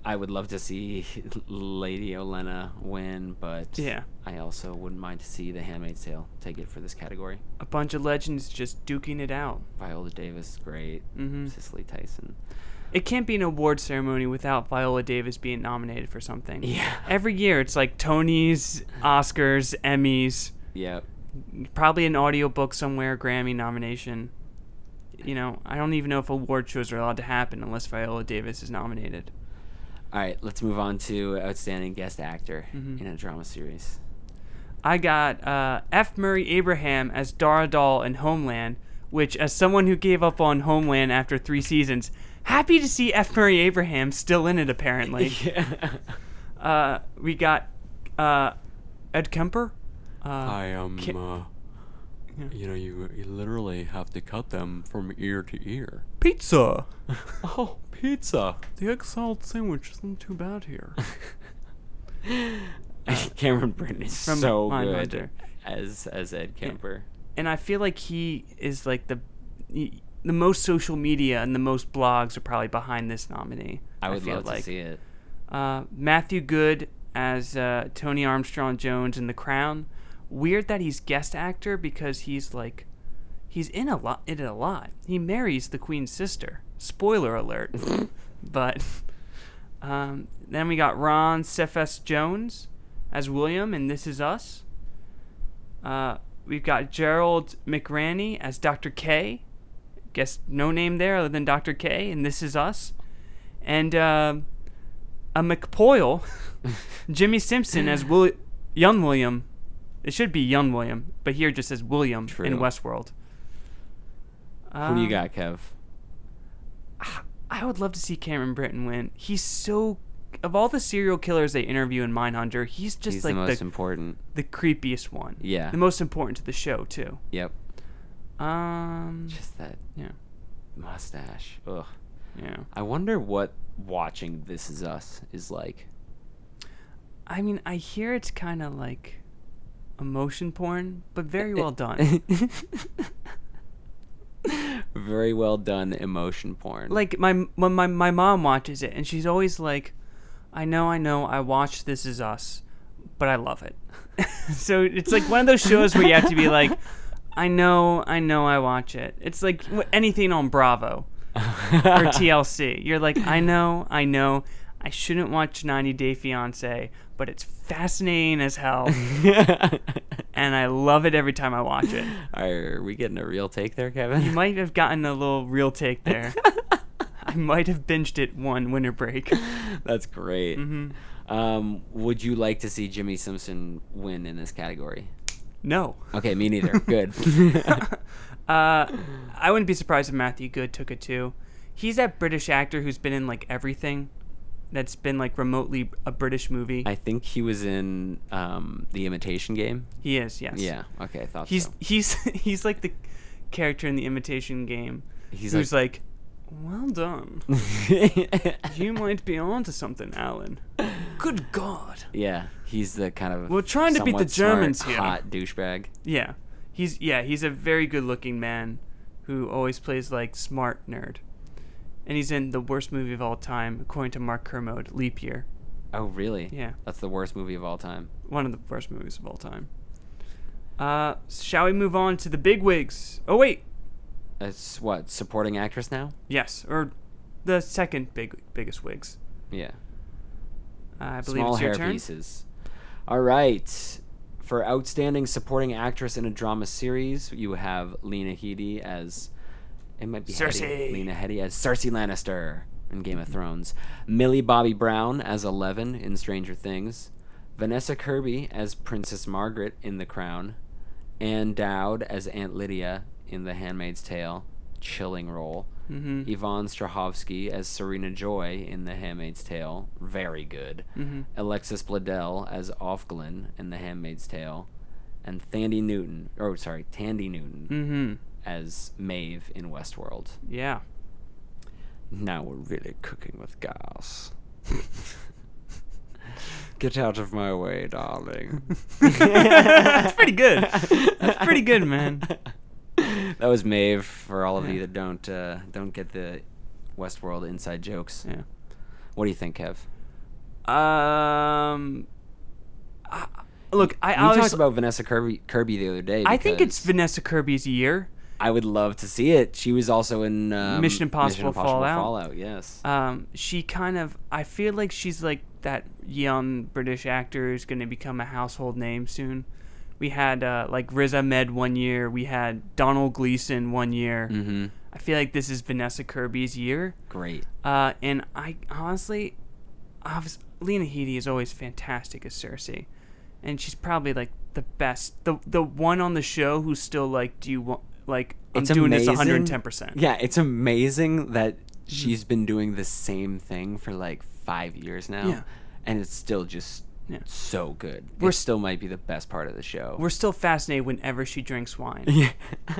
I would love to see Lady Olenna win, but
Yeah.
I also wouldn't mind to see The Handmaid's Tale take it for this category.
A bunch of legends just duking it out.
Viola Davis, great.
Mm-hmm.
Cicely Tyson.
It can't be an award ceremony without Viola Davis being nominated for something.
Yeah.
Every year, it's like Tonys, Oscars, Emmys.
Yep.
probably an audiobook somewhere, Grammy nomination. You know, I don't even know if award shows are allowed to happen unless Viola Davis is nominated.
All right, let's move on to outstanding guest actor
Mm-hmm.
in a drama series.
I got uh, F. Murray Abraham as Dara Dahl in Homeland, which, as someone who gave up on Homeland after three seasons, happy to see F. Murray Abraham still in it, apparently. uh, we got uh, Ed Kemper.
I am.
Ki-
Uh, you know, you, you literally have to cut them from ear to ear.
Pizza!
Oh, pizza! The egg salad sandwich isn't too bad here.
Cameron Britton is
From
so
Mindhunter.
good as as Ed Kemper.
and I feel like he is like the he- the most social media and the most blogs are probably behind this nominee.
I would
feel
love
like.
to see it.
Uh, Matthew Good as uh, Tony Armstrong Jones in The Crown, weird that he's guest actor because he's like he's in a lot in it a lot. He marries the queen's sister. Spoiler alert. but um, then we got Ron Cephas Jones as William and This Is Us. Uh, we've got Gerald McRaney as Dr. K. Guess no name there other than Dr. K and This Is Us. And um a McPoyle, Jimmy Simpson as Will- Young William. It should be Young William, but here it just says William in
True.
Westworld.
Who do you
Um,
got, Kev?
I would love to see Cameron Britton win. He's so of all the serial killers they interview in Mindhunter, he's just
He's
like
the
the
most important.
the creepiest one.
Yeah.
The most important to the show too.
Yep.
Um
Just that
Mm. yeah.
mustache. Ugh.
Yeah.
I wonder what watching This Is Us is like.
I mean, I hear it's kind of like emotion porn, but very
Eh,
well done.
Very well done emotion porn.
like my when my my mom watches it and she's always like, "I know, I know, I watched This Is Us, but I love it." so it's like one of those shows where you have to be like, "I know, I know, I watch it." It's like wh- anything on Bravo or TLC. You're like, "I know, I know, I shouldn't watch 90 Day Fiancé, but it's fascinating as hell." and I love it every time I watch it.
Are we getting a real take there,
You
Kevin?
might have gotten a little real take there. I might have binged it one winter break.
That's great.
Mm-hmm.
Um, would you like to see Jimmy Simpson win in this category?
No.
Okay, me neither. Good.
Uh, I wouldn't be surprised if Matthew Good took it too. He's that British actor who's been in like everything that's been like remotely a British movie.
I think he was in um, the Imitation Game.
he is, yes.
Yeah. Okay, I thought
He's
so.
he's he's like the character in the imitation game
He's
who's like, Well done. you might be onto something, Alan. Good God.
yeah, he's the kind of
We're trying to beat the
somewhat smart,
Germans here.
Hot douchebag.
Yeah, he's yeah he's a very good looking man who always plays like smart nerd, and he's in the worst movie of all time according to Mark Kermode, Leap Year,
Oh, really?
Yeah.
That's the worst movie of all time.
one of the worst movies of all time. Uh, shall we move on to the big wigs? Oh wait,
It's what supporting actress now?
yes, or the second big biggest wigs. Uh,
Yeah.
I believe
Small
it's your
hair
turn.
pieces. All right. For outstanding supporting actress in a drama series, you have Lena Headey as it might be Hetty.
Cersei.
Lena Headey as Cersei Lannister in Game of Thrones. Millie Bobby Brown as Eleven in Stranger Things. Vanessa Kirby as Princess Margaret in The Crown. Anne Dowd as Aunt Lydia in The Handmaid's Tale, chilling role.
Mhm.
Yvonne Strahovski as Serena Joy in The Handmaid's Tale, very good. Alexis Bledel as Ofglin in The Handmaid's Tale, and Thandi Newton, or sorry, Tandy Newton
Mm-hmm.
as Maeve in Westworld.
Yeah.
Now we're really cooking with gas. Get out of my way, darling.
That's pretty good. That's pretty good, man.
that was Maeve for all of you that don't uh, don't get the Westworld inside jokes.
Yeah.
What do you think, Kev?
Um. I- Look, I
We
always
talked about Vanessa Kirby, Kirby the other day.
I think it's
because
Vanessa Kirby's year.
I would love to see it. She was also in um,
Mission Impossible Fallout.
Yes.
Um, she kind of, I feel like she's like that young British actor who's going to become a household name soon. We had uh, like Riz Ahmed one year. We had Donald Gleason one year.
hmm
I feel like this is Vanessa Kirby's year.
Great.
Uh, and I honestly, obvious, Lena Headey is always fantastic as Cersei, and she's probably like the best, the the one on the show who's still like, do you want like I'm doing this 110 percent.
Yeah, it's amazing that she's been doing the same thing for like five years now,
Yeah.
and it's still just
Yeah.
so good.
We're
it
s-
still might be the best part of the show.
We're still fascinated whenever she drinks wine.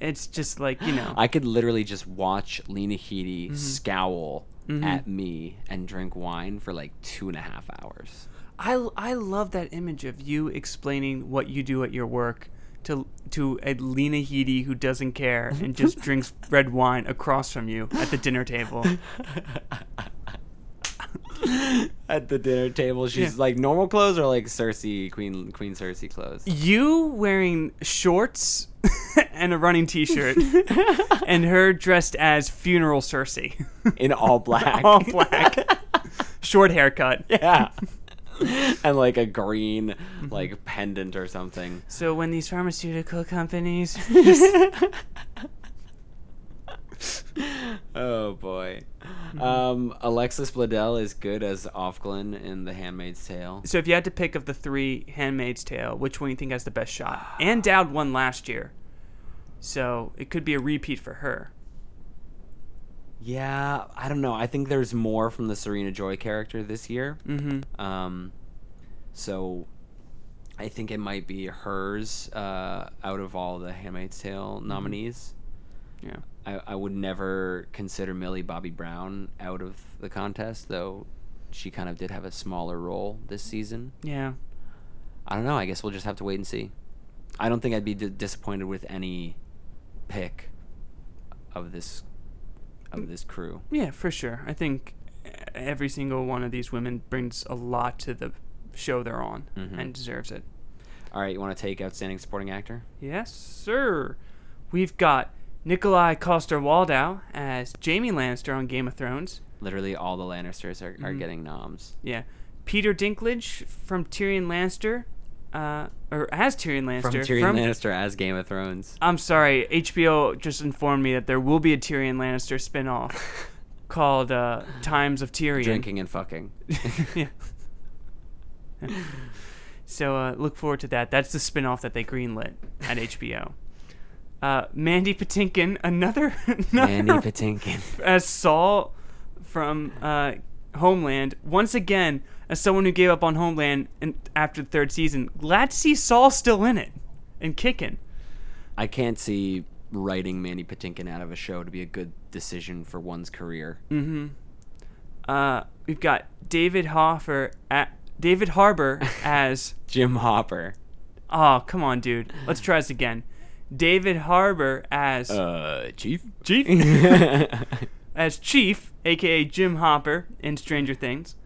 It's just like you know.
I could literally just watch Lena Headey
Mm-hmm.
scowl at me and drink wine for like two and a half hours.
I, I love that image of you explaining what you do at your work to to a Lena Headey who doesn't care and just drinks red wine across from you at the dinner table.
at the dinner table. She's like normal clothes or like Cersei Queen Queen Cersei clothes.
You wearing shorts and a running t-shirt, and her dressed as funeral Cersei,
in all black.
all black, short haircut.
yeah. and like a green like pendant or something.
So when these pharmaceutical companies,
Oh boy. Um Alexis Bledel is good as Ofglin in The Handmaid's Tale.
so if you had to pick of the three Handmaid's Tale, which one you think has the best shot? And Dowd won last year, so it could be a repeat for her.
Yeah, I don't know. I think there's more from the Serena Joy character this year. Mm-hmm. Um, so I think it might be hers uh, out of all the Handmaid's Tale nominees.
Yeah.
I, I would never consider Millie Bobby Brown out of the contest, though she kind of did have a smaller role this season.
Yeah.
I don't know. I guess we'll just have to wait and see. I don't think I'd be d- disappointed with any pick of this of this crew.
Yeah, for sure. I think every single one of these women brings a lot to the show they're on
Mm-hmm.
and deserves it.
All right, you want to take outstanding supporting actor?
Yes, sir. We've got Nikolai Coster Waldau as Jamie Lannister on Game of Thrones.
Literally all the Lannisters are, are getting noms.
Yeah. Peter Dinklage from Tyrion Lannister, uh, or as Tyrion Lannister.
From Tyrion Lannister as Game of Thrones.
I'm sorry, HBO just informed me that there will be a Tyrion Lannister spinoff called uh, Times of Tyrion.
Drinking and fucking.
yeah. so uh, look forward to that. That's the spin-off that they greenlit at HBO. Uh, Mandy Patinkin, another, another
Andy Patinkin.
as Saul from uh, Homeland. Once again, as someone who gave up on Homeland and after the third season, glad to see Saul still in it and kicking.
I can't see writing Mandy Patinkin out of a show to be a good decision for one's career.
Uh, we've got David Hoffer at David Harbor as
Jim Hopper.
oh come on dude, let's try this again. David Harbor as
Uh, Chief?
Chief as Chief, aka Jim Hopper in Stranger Things.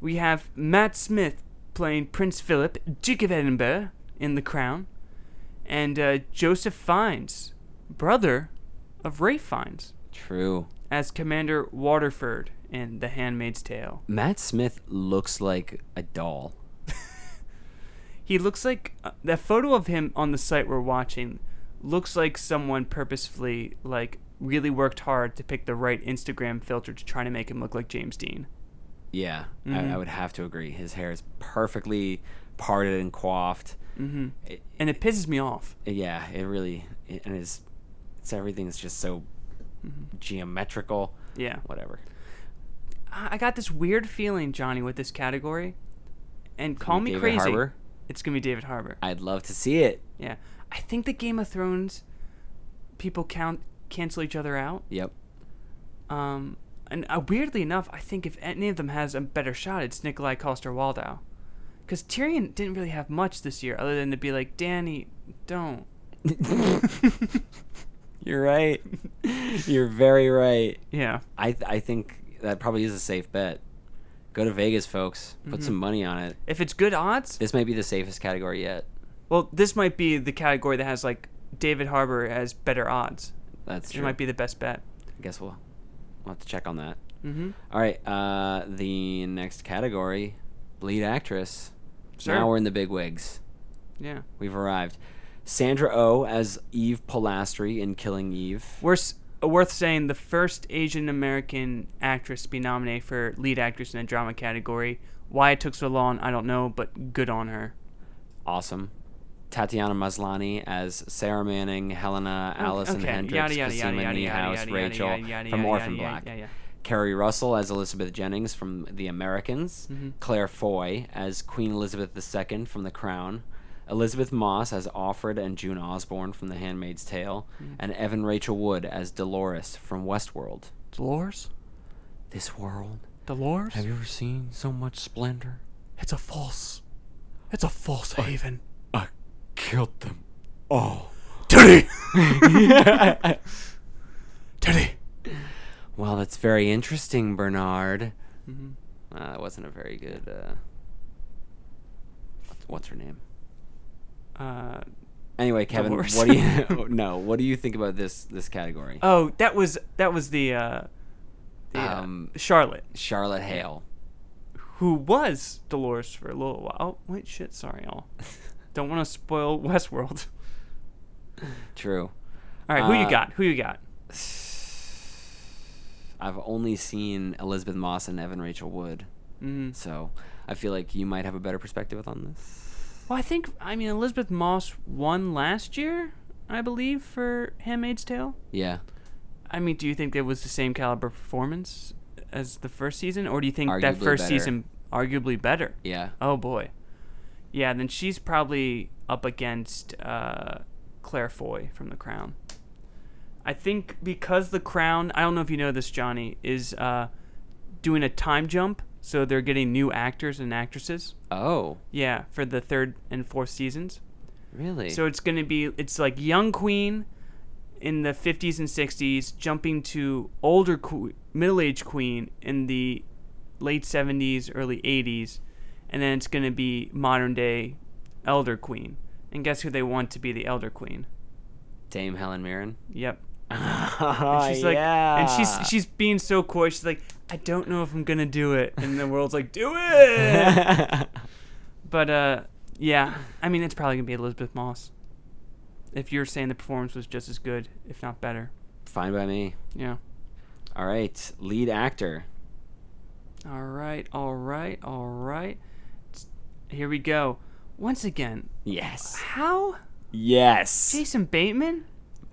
We have Matt Smith playing Prince Philip, Duke of Edinburgh in The Crown, and uh, Joseph Fiennes, brother of Ray Fiennes,
True.
as Commander Waterford in The Handmaid's Tale.
Matt Smith looks like a doll.
He looks like uh, that photo of him on the site we're watching looks like someone purposefully like really worked hard to pick the right Instagram filter to try to make him look like James Dean.
Yeah, I, I would have to agree. His hair is perfectly parted and coiffed.
And it pisses me off.
Yeah, it really it, and it's it's everything is just so Mm-hmm. geometrical.
Yeah.
Whatever.
I I got this weird feeling, Johnny, with this category. And call me
David
crazy.
Harbour?
It's gonna be David Harbor.
I'd love to see it.
Yeah, I think the Game of Thrones people count cancel each other out.
Yep.
Um, and uh, weirdly enough, I think if any of them has a better shot, it's Nikolai Coster Waldau, because Tyrion didn't really have much this year, other than to be like, Danny, don't.
You're right. You're very right.
Yeah.
I th- I think that probably is a safe bet. Go to Vegas, folks. Put
Mm-hmm.
some money on it.
If it's good odds,
This might be the safest category yet.
well, this might be the category that has like David Harbor has better odds.
That's
It
true.
might be the best bet.
I guess we'll, we'll have to check on that. Mm-hmm. right. Uh, the next category, lead actress.
Sure.
Now we're in the big wigs.
Yeah.
We've arrived. Sandra O oh as Eve Pilastri in Killing Eve.
Worth uh, worth saying the first Asian American actress to be nominated for lead actress in a drama category. Why it took so long, I don't know, but good on her.
Awesome. Tatiana Maslany as Sarah Manning, Helena, Allison
Mm, okay,
Hendricks,
yada, yada,
Christina
yada, yada,
Niehaus,
yada, yada,
Rachel
yada, yada,
from
yada,
Orphan
yada, yada,
Black.
yeah, yeah.
Carrie Russell as Elizabeth Jennings from The Americans.
Mm-hmm.
Claire Foy as Queen Elizabeth II from The Crown. Elizabeth Moss as Offred and June Osborne from The Handmaid's Tale.
Mm.
And Evan Rachel Wood as Dolores from Westworld.
Dolores,
This world.
Dolores,
Have you ever seen so much splendor?
it's a false, it's a false haven.
I killed them all.
Teddy, Teddy. Mm-hmm.
Well, that's very interesting, Bernard. Uh, that wasn't a very good. Uh, what's her name?
Uh,
Anyway, Kevin,
Divorce.
what do you no? What do you think about this this category?
oh, that was that was the, uh, the uh,
Um,
Charlotte,
Charlotte Hale.
who was Dolores for a little while. Oh wait, shit, sorry, all. Don't want to spoil Westworld.
True.
All right, who
Uh,
you got? Who you got?
I've only seen Elizabeth Moss and Evan Rachel Wood,
Mm.
so I feel like you might have a better perspective on this.
Well, I think I mean Elizabeth Moss won last year, I believe, for *Handmaid's Tale*.
Yeah,
I mean, do you think it was the same caliber performance as the first season, or do you think that
Arguably
first
better.
season arguably better?
yeah.
Oh boy, yeah. Then she's probably up against uh, Claire Foy from *The Crown*. I think because *The Crown*, I don't know if you know this, Johnny, is uh, doing a time jump, so they're getting new actors and actresses.
Oh,
Yeah, for the third and fourth seasons.
really?
So it's going to be it's like young queen in the 50s and 60s jumping to older que- middle-aged queen in the late 70s, early 80s, and then it's going to be modern day elder queen. And guess who they want to be the elder queen?
Dame Helen Mirren.
Yep.
Oh,
She's like and she's she's being so coy. She's like I don't know if I'm going to do it. And the world's like, "Do it." But uh, yeah, I mean it's probably gonna be Elizabeth Moss. If you're saying the performance was just as good, if not better,
Fine by me.
yeah.
All right, lead actor.
All right, all right, all right. It's- Here we go. Once again,
Yes.
how
Yes.
Jason Bateman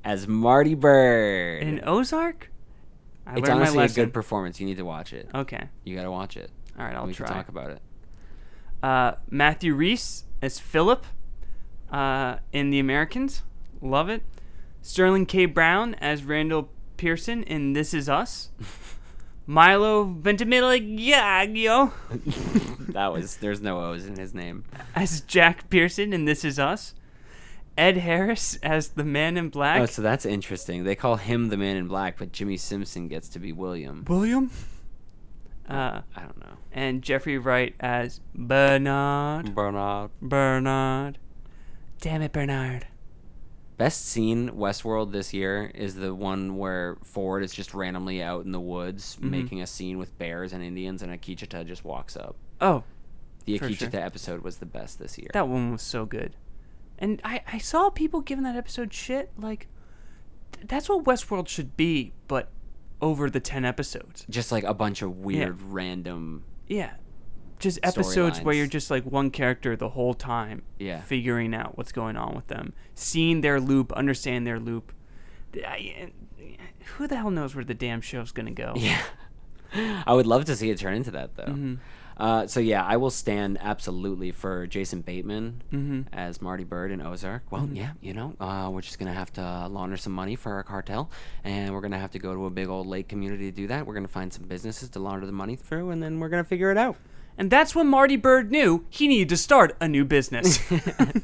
As Marty Bird.
in Ozark? I
it's
learned my
honestly a
lesson.
good performance. You need to watch it.
okay,
You got to watch it.
all right, I'll
we
try.
can talk about it.
uh, Matthew Reese as Philip uh, in The Americans. Love it. Sterling K. Brown as Randall Pearson in This Is Us. Milo Ventimiglia
That was there's no O's in his name.
as Jack Pearson in This Is Us. Ed Harris as the Man in Black.
Oh, so that's interesting. They call him the Man in Black, but Jimmy Simpson gets to be William.
William. Uh,
I don't know.
and Jeffrey Wright as
Mm.
Bernard.
Bernard.
Bernard. Damn it, Bernard.
Best scene Westworld this year is the one where Ford is just randomly out in the woods
Mm-hmm.
making a scene with bears and Indians, and Akichita just walks up.
Oh,
The
For sure.
Akichita episode was the best this year.
That one was so good. And I, I saw people giving that episode shit. Like, th- that's what Westworld should be, but over the 10 episodes.
just like a bunch of weird random
Yeah. Just episodes where
Storylines.
you're just like one character the whole time.
Yeah.
Figuring out what's going on with them, seeing their loop, understand their loop. Th- I- eh, who the hell knows where the damn show's going to go?
yeah i would love to see it turn into that though
Mm-hmm.
uh, so yeah i will stand absolutely for jason bateman
Mm-hmm.
as marty bird in ozark well yeah you know uh, we're just gonna have to launder some money for our cartel and we're gonna have to go to a big old lake community to do that we're gonna find some businesses to launder the money through and then we're gonna figure it out
And that's when Marty Bird knew he needed to start a new business.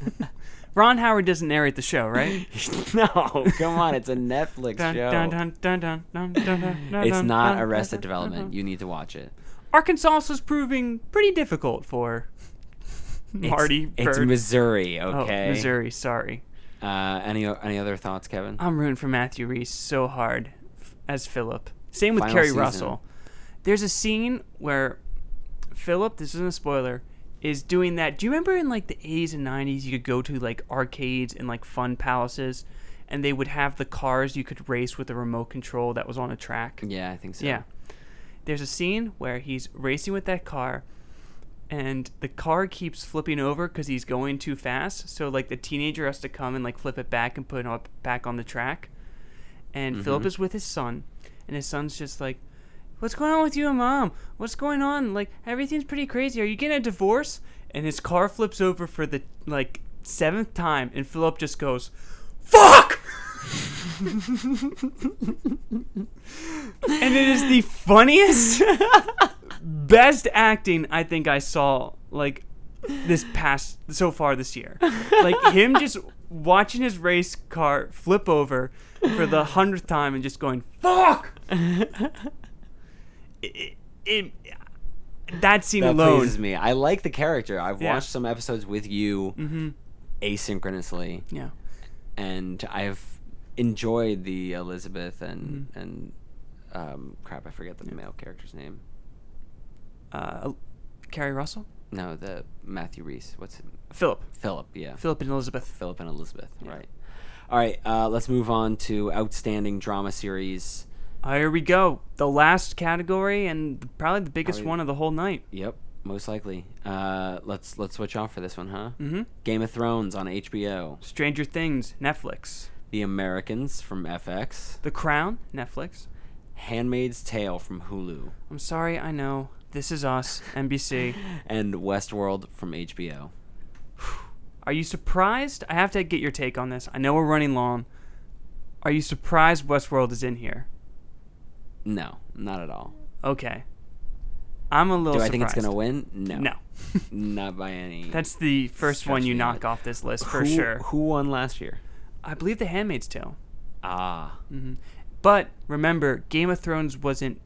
Ron Howard doesn't narrate the show, right?
no come on it's a netflix
Dun,
show
dun, dun, dun, dun, dun, dun, dun, dun,
it's
dun,
not
dun,
arrested
dun, dun, dun,
development
dun.
you need to watch it
Arkansas is proving pretty difficult for
It's-
Marty
it's,
Bird.
missouri
Oh,
okay
Missouri, Um, sorry.
Uh, any o- any other thoughts, Kevin?
I'm rooting for Matthew Reese so hard f- as Philip. Same with
Final
Kerry
season.
Russell. There's a scene where Philip, this isn't a spoiler, is doing that. Do you remember in like the 80s and 90s, you could go to like arcades and like fun palaces, and they would have the cars you could race with a remote control that was on a track?
yeah, I think so.
Yeah. There's a scene where he's racing with that car and the car keeps flipping over cuz he's going too fast. So like the teenager has to come and like flip it back and put it up back on the track. And Philip is with his son and his son's just like What's going on with you and mom? What's going on? Like everything's pretty crazy. Are you getting a divorce? And his car flips over for the like seventh time and Philip just goes, "Fuck!" and it is the funniest, best acting I think I saw like this past so far this year. Like him just watching his race car flip over for the hundredth time and just going "fuck." it, it, that scene
that
alone.
pleases me. I like the character. I've
Yeah. Mm-hmm.
watched some episodes with you asynchronously,
Yeah.
and I've enjoyed the Elizabeth and
Mm-hmm.
and um, crap. I forget the male character's name.
Uh, Carrie Russell,
No, the Matthew Reese. What's
Philip,
Philip? Yeah,
Philip and Elizabeth.
Philip and Elizabeth. Right. All right. Uh, let's move on to outstanding drama series.
Here we go. The last category and probably the biggest
Probably-
one of the whole night.
Yep, most likely. Uh, let's let's switch off for this one, huh? Mm-hmm. Game of Thrones on HBO.
Stranger Things, Netflix.
The Americans from FX.
The Crown, Netflix.
Handmaid's Tale from Hulu.
I'm sorry, I know. This is us, NBC.
and Westworld from HBO.
Are you surprised? I have to get your take on this. I know we're running long. Are you surprised Westworld is in here?
No, not at all.
Okay. I'm a little
Do I
surprised.
think it's gonna win? No,
No.
not by any.
That's the first
Stretch
one you
me
knock
out.
off this list for
Who-
sure.
Who won last year?
I believe The Handmaid's Tale.
Ah,
But remember, Game of Thrones wasn't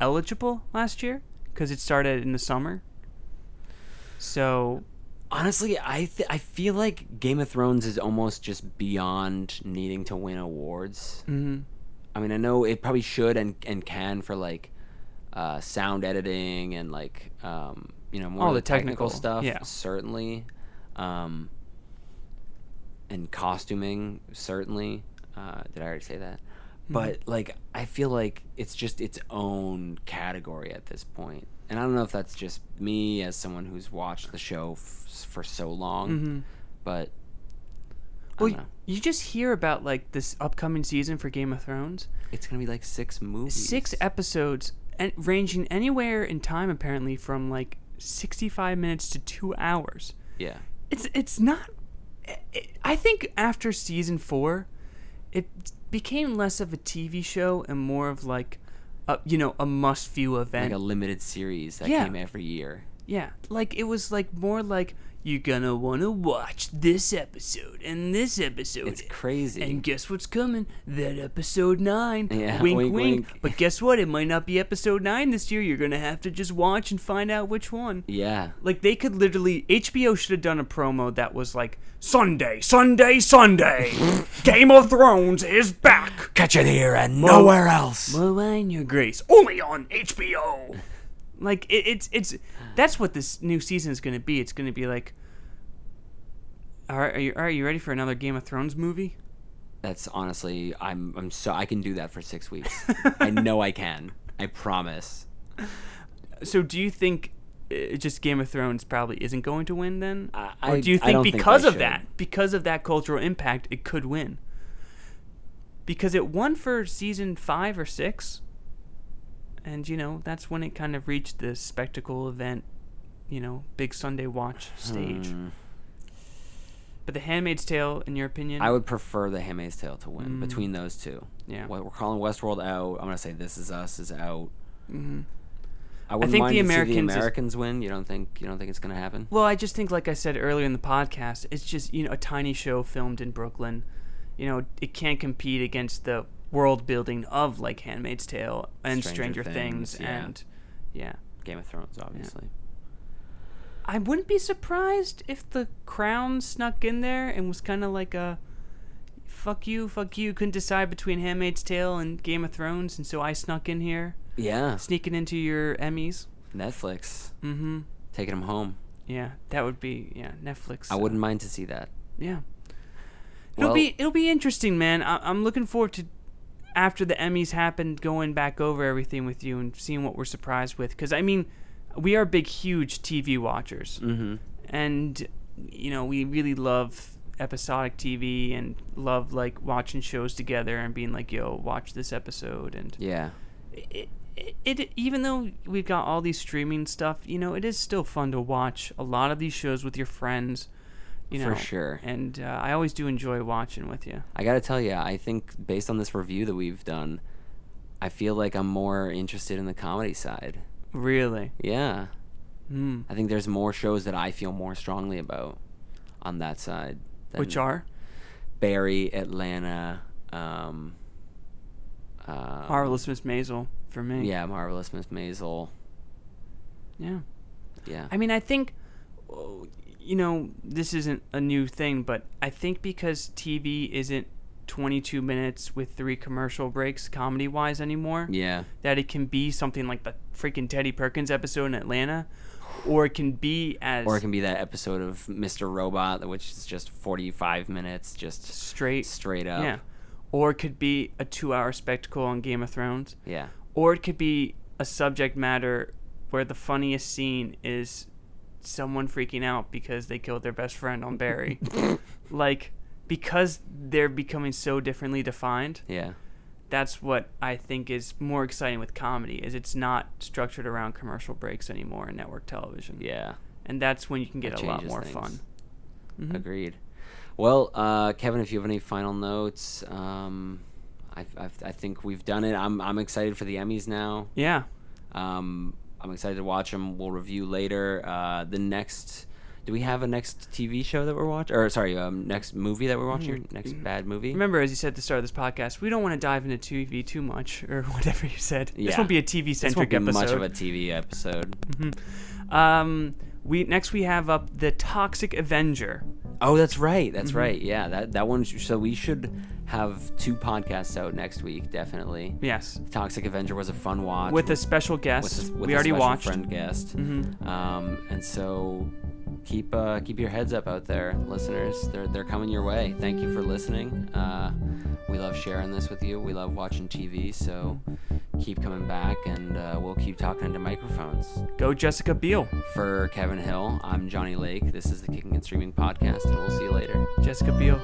eligible last year because it started in the summer. So
honestly, I th- I feel like Game of Thrones is almost just beyond needing to win awards. Mm-hmm. I mean, I know it probably should and and can for like uh, sound editing and like um, you know more
All
of
the technical,
stuff,
yeah.
certainly, um, and costuming certainly. Uh, did I already say that?
Mm-hmm.
But like, I feel like it's just its own category at this point, and I don't know if that's just me as someone who's watched the show f- for so long, but I
Mm-hmm. well,
don't know.
you just hear about like this upcoming season for Game of Thrones.
it's gonna be like six movies,
six episodes and ranging anywhere in time apparently from like 65 minutes to two hours
yeah.
it's it's not i i think after season four it became less of a tv show and more of like a, you know a must view event
Like a limited series that
Yeah.
came every year.
yeah like it was like more like you're gonna wanna watch this episode and this episode
It's crazy.
and guess what's coming? That episode nine.
Yeah,
wink,
wink,
wink,
wink.
But guess what? It might not be episode nine this year. You're gonna have to just watch and find out which one.
yeah.
Like they could literally HBO should have done a promo that was like Sunday, Sunday, Sunday. Game of Thrones is back.
Catch it here and nowhere else.
Blow on your grace. Only on HBO. like it, it's it's that's what this new season is gonna be. It's gonna be like. Are, are you are you ready for another Game of Thrones movie?
That's honestly, I'm, I'm so I can do that for six weeks. I know I can. I promise.
So do you think uh, just Game of Thrones probably isn't going to win then?
I-
or
I-
do you
I
think
don't think
because
they
of
should.
that, because of that cultural impact, it could win? Because it won for season 5 or 6. And you know, that's when it kind of reached the spectacle event, you know, big Sunday watch stage.
Hmm.
But The Handmaid's Tale in your opinion?
I would prefer the Handmaid's Tale to win between those two.
Mm. Yeah.
What we're calling Westworld out. I'm gonna say This Is Us is out. I wouldn't
Mm-hmm.
mind
think the
to see
Americans is-
the Americans win. You don't think you don't think it's gonna happen?
Well, I just think, like I said earlier in the podcast, it's just you know a tiny show filmed in Brooklyn. You know, it can't compete against the world building of like *Handmaid's Tale* and *Stranger,
Stranger
Things*,
Things, yeah.
and yeah,
Game of Thrones, obviously.
I wouldn't be surprised if *The Crown* snuck in there and was kind of like a "fuck you, fuck you." Couldn't decide between *Handmaid's Tale* and *Game of Thrones*, and so I snuck in here,
Yeah.
sneaking into your Emmys.
Netflix. Mm-hmm. Taking them home.
Yeah, that would be yeah Netflix.
I wouldn't mind to see that.
Yeah. It'll
Well-
be it'll be interesting, man. I, I'm looking forward to after the Emmys happen, going back over everything with you and seeing what we're surprised with. Because I mean, we are big, huge TV watchers, mm-hmm. and you know we really love episodic TV and love like watching shows together and being like, "Yo, watch this episode." And
Yeah.
it, it, it even though we've got all these streaming stuff, you know, it is still fun to watch a lot of these shows with your friends. You
For
know,
sure.
And uh, I always do enjoy watching with you.
I gotta tell you, I think based on this review that we've done, I feel like I'm more interested in the comedy side.
Really,
Yeah.
Hmm.
I think there's more shows that I feel more strongly about on that side. Than
which are
Barry, Atlanta, um, uh,
marvelous Miss Maisel for me.
yeah, Marvelous Miss Maisel.
Yeah.
Yeah.
I mean, I think, oh, you know, this isn't a new thing, but I think because TV isn't 22 minutes with three commercial breaks comedy wise anymore,
yeah.
that it can be something like the freaking Teddy Perkins episode in Atlanta, or it can be as
Or it can be that episode of Mr. Robot, which is just 45 minutes, just
straight.
straight up.
Yeah. Or it could be a two hour spectacle on Game of Thrones.
Yeah.
or it could be a subject matter where the funniest scene is someone freaking out because they killed their best friend on Barry. like because they're becoming so differently defined,
Yeah.
that's what I think is more exciting with comedy is it's not structured around commercial breaks anymore in network television.
Yeah.
And that's when you can get
That
a lot
changes
more
things.
fun.
Agreed. Well, uh, Kevin, if you have any final notes, um, I, I, I think we've done it. I'm, I'm excited for the Emmys now.
Yeah.
Um, I'm excited to watch them. We'll review later. Uh, the next, do we have a next TV show that we're watching? Or sorry, um, next movie that we're watching? or Next bad movie?
Mm-hmm. Remember, as you said at the start of this podcast, we don't want to dive into TV too much or whatever you said. This
Yeah.
won't be a TV
this won't
centric
be
episode. Mm-hmm.
much of a TV episode.
Um, we next we have up the Toxic Avenger.
Oh, that's right. That's
Mm-hmm.
right. Yeah, that that one. sh- So we should have two podcasts out next week, definitely.
Yes,
Toxic Avenger was a fun watch
with a special guest
with a- with
we
a
already
special
watched. Mm-hmm.
friend guest. Um, and so keep uh, keep your heads up out there, listeners. They're they're coming your way. Thank you for listening. Uh, we love sharing this with you. We love watching TV. So keep coming back, and uh, we'll keep talking into microphones.
Go Jessica Biel.
For Kevin Hill, I'm Johnny Lake. This is the Kicking and Streaming podcast, and we'll see you later.
Jessica Biel.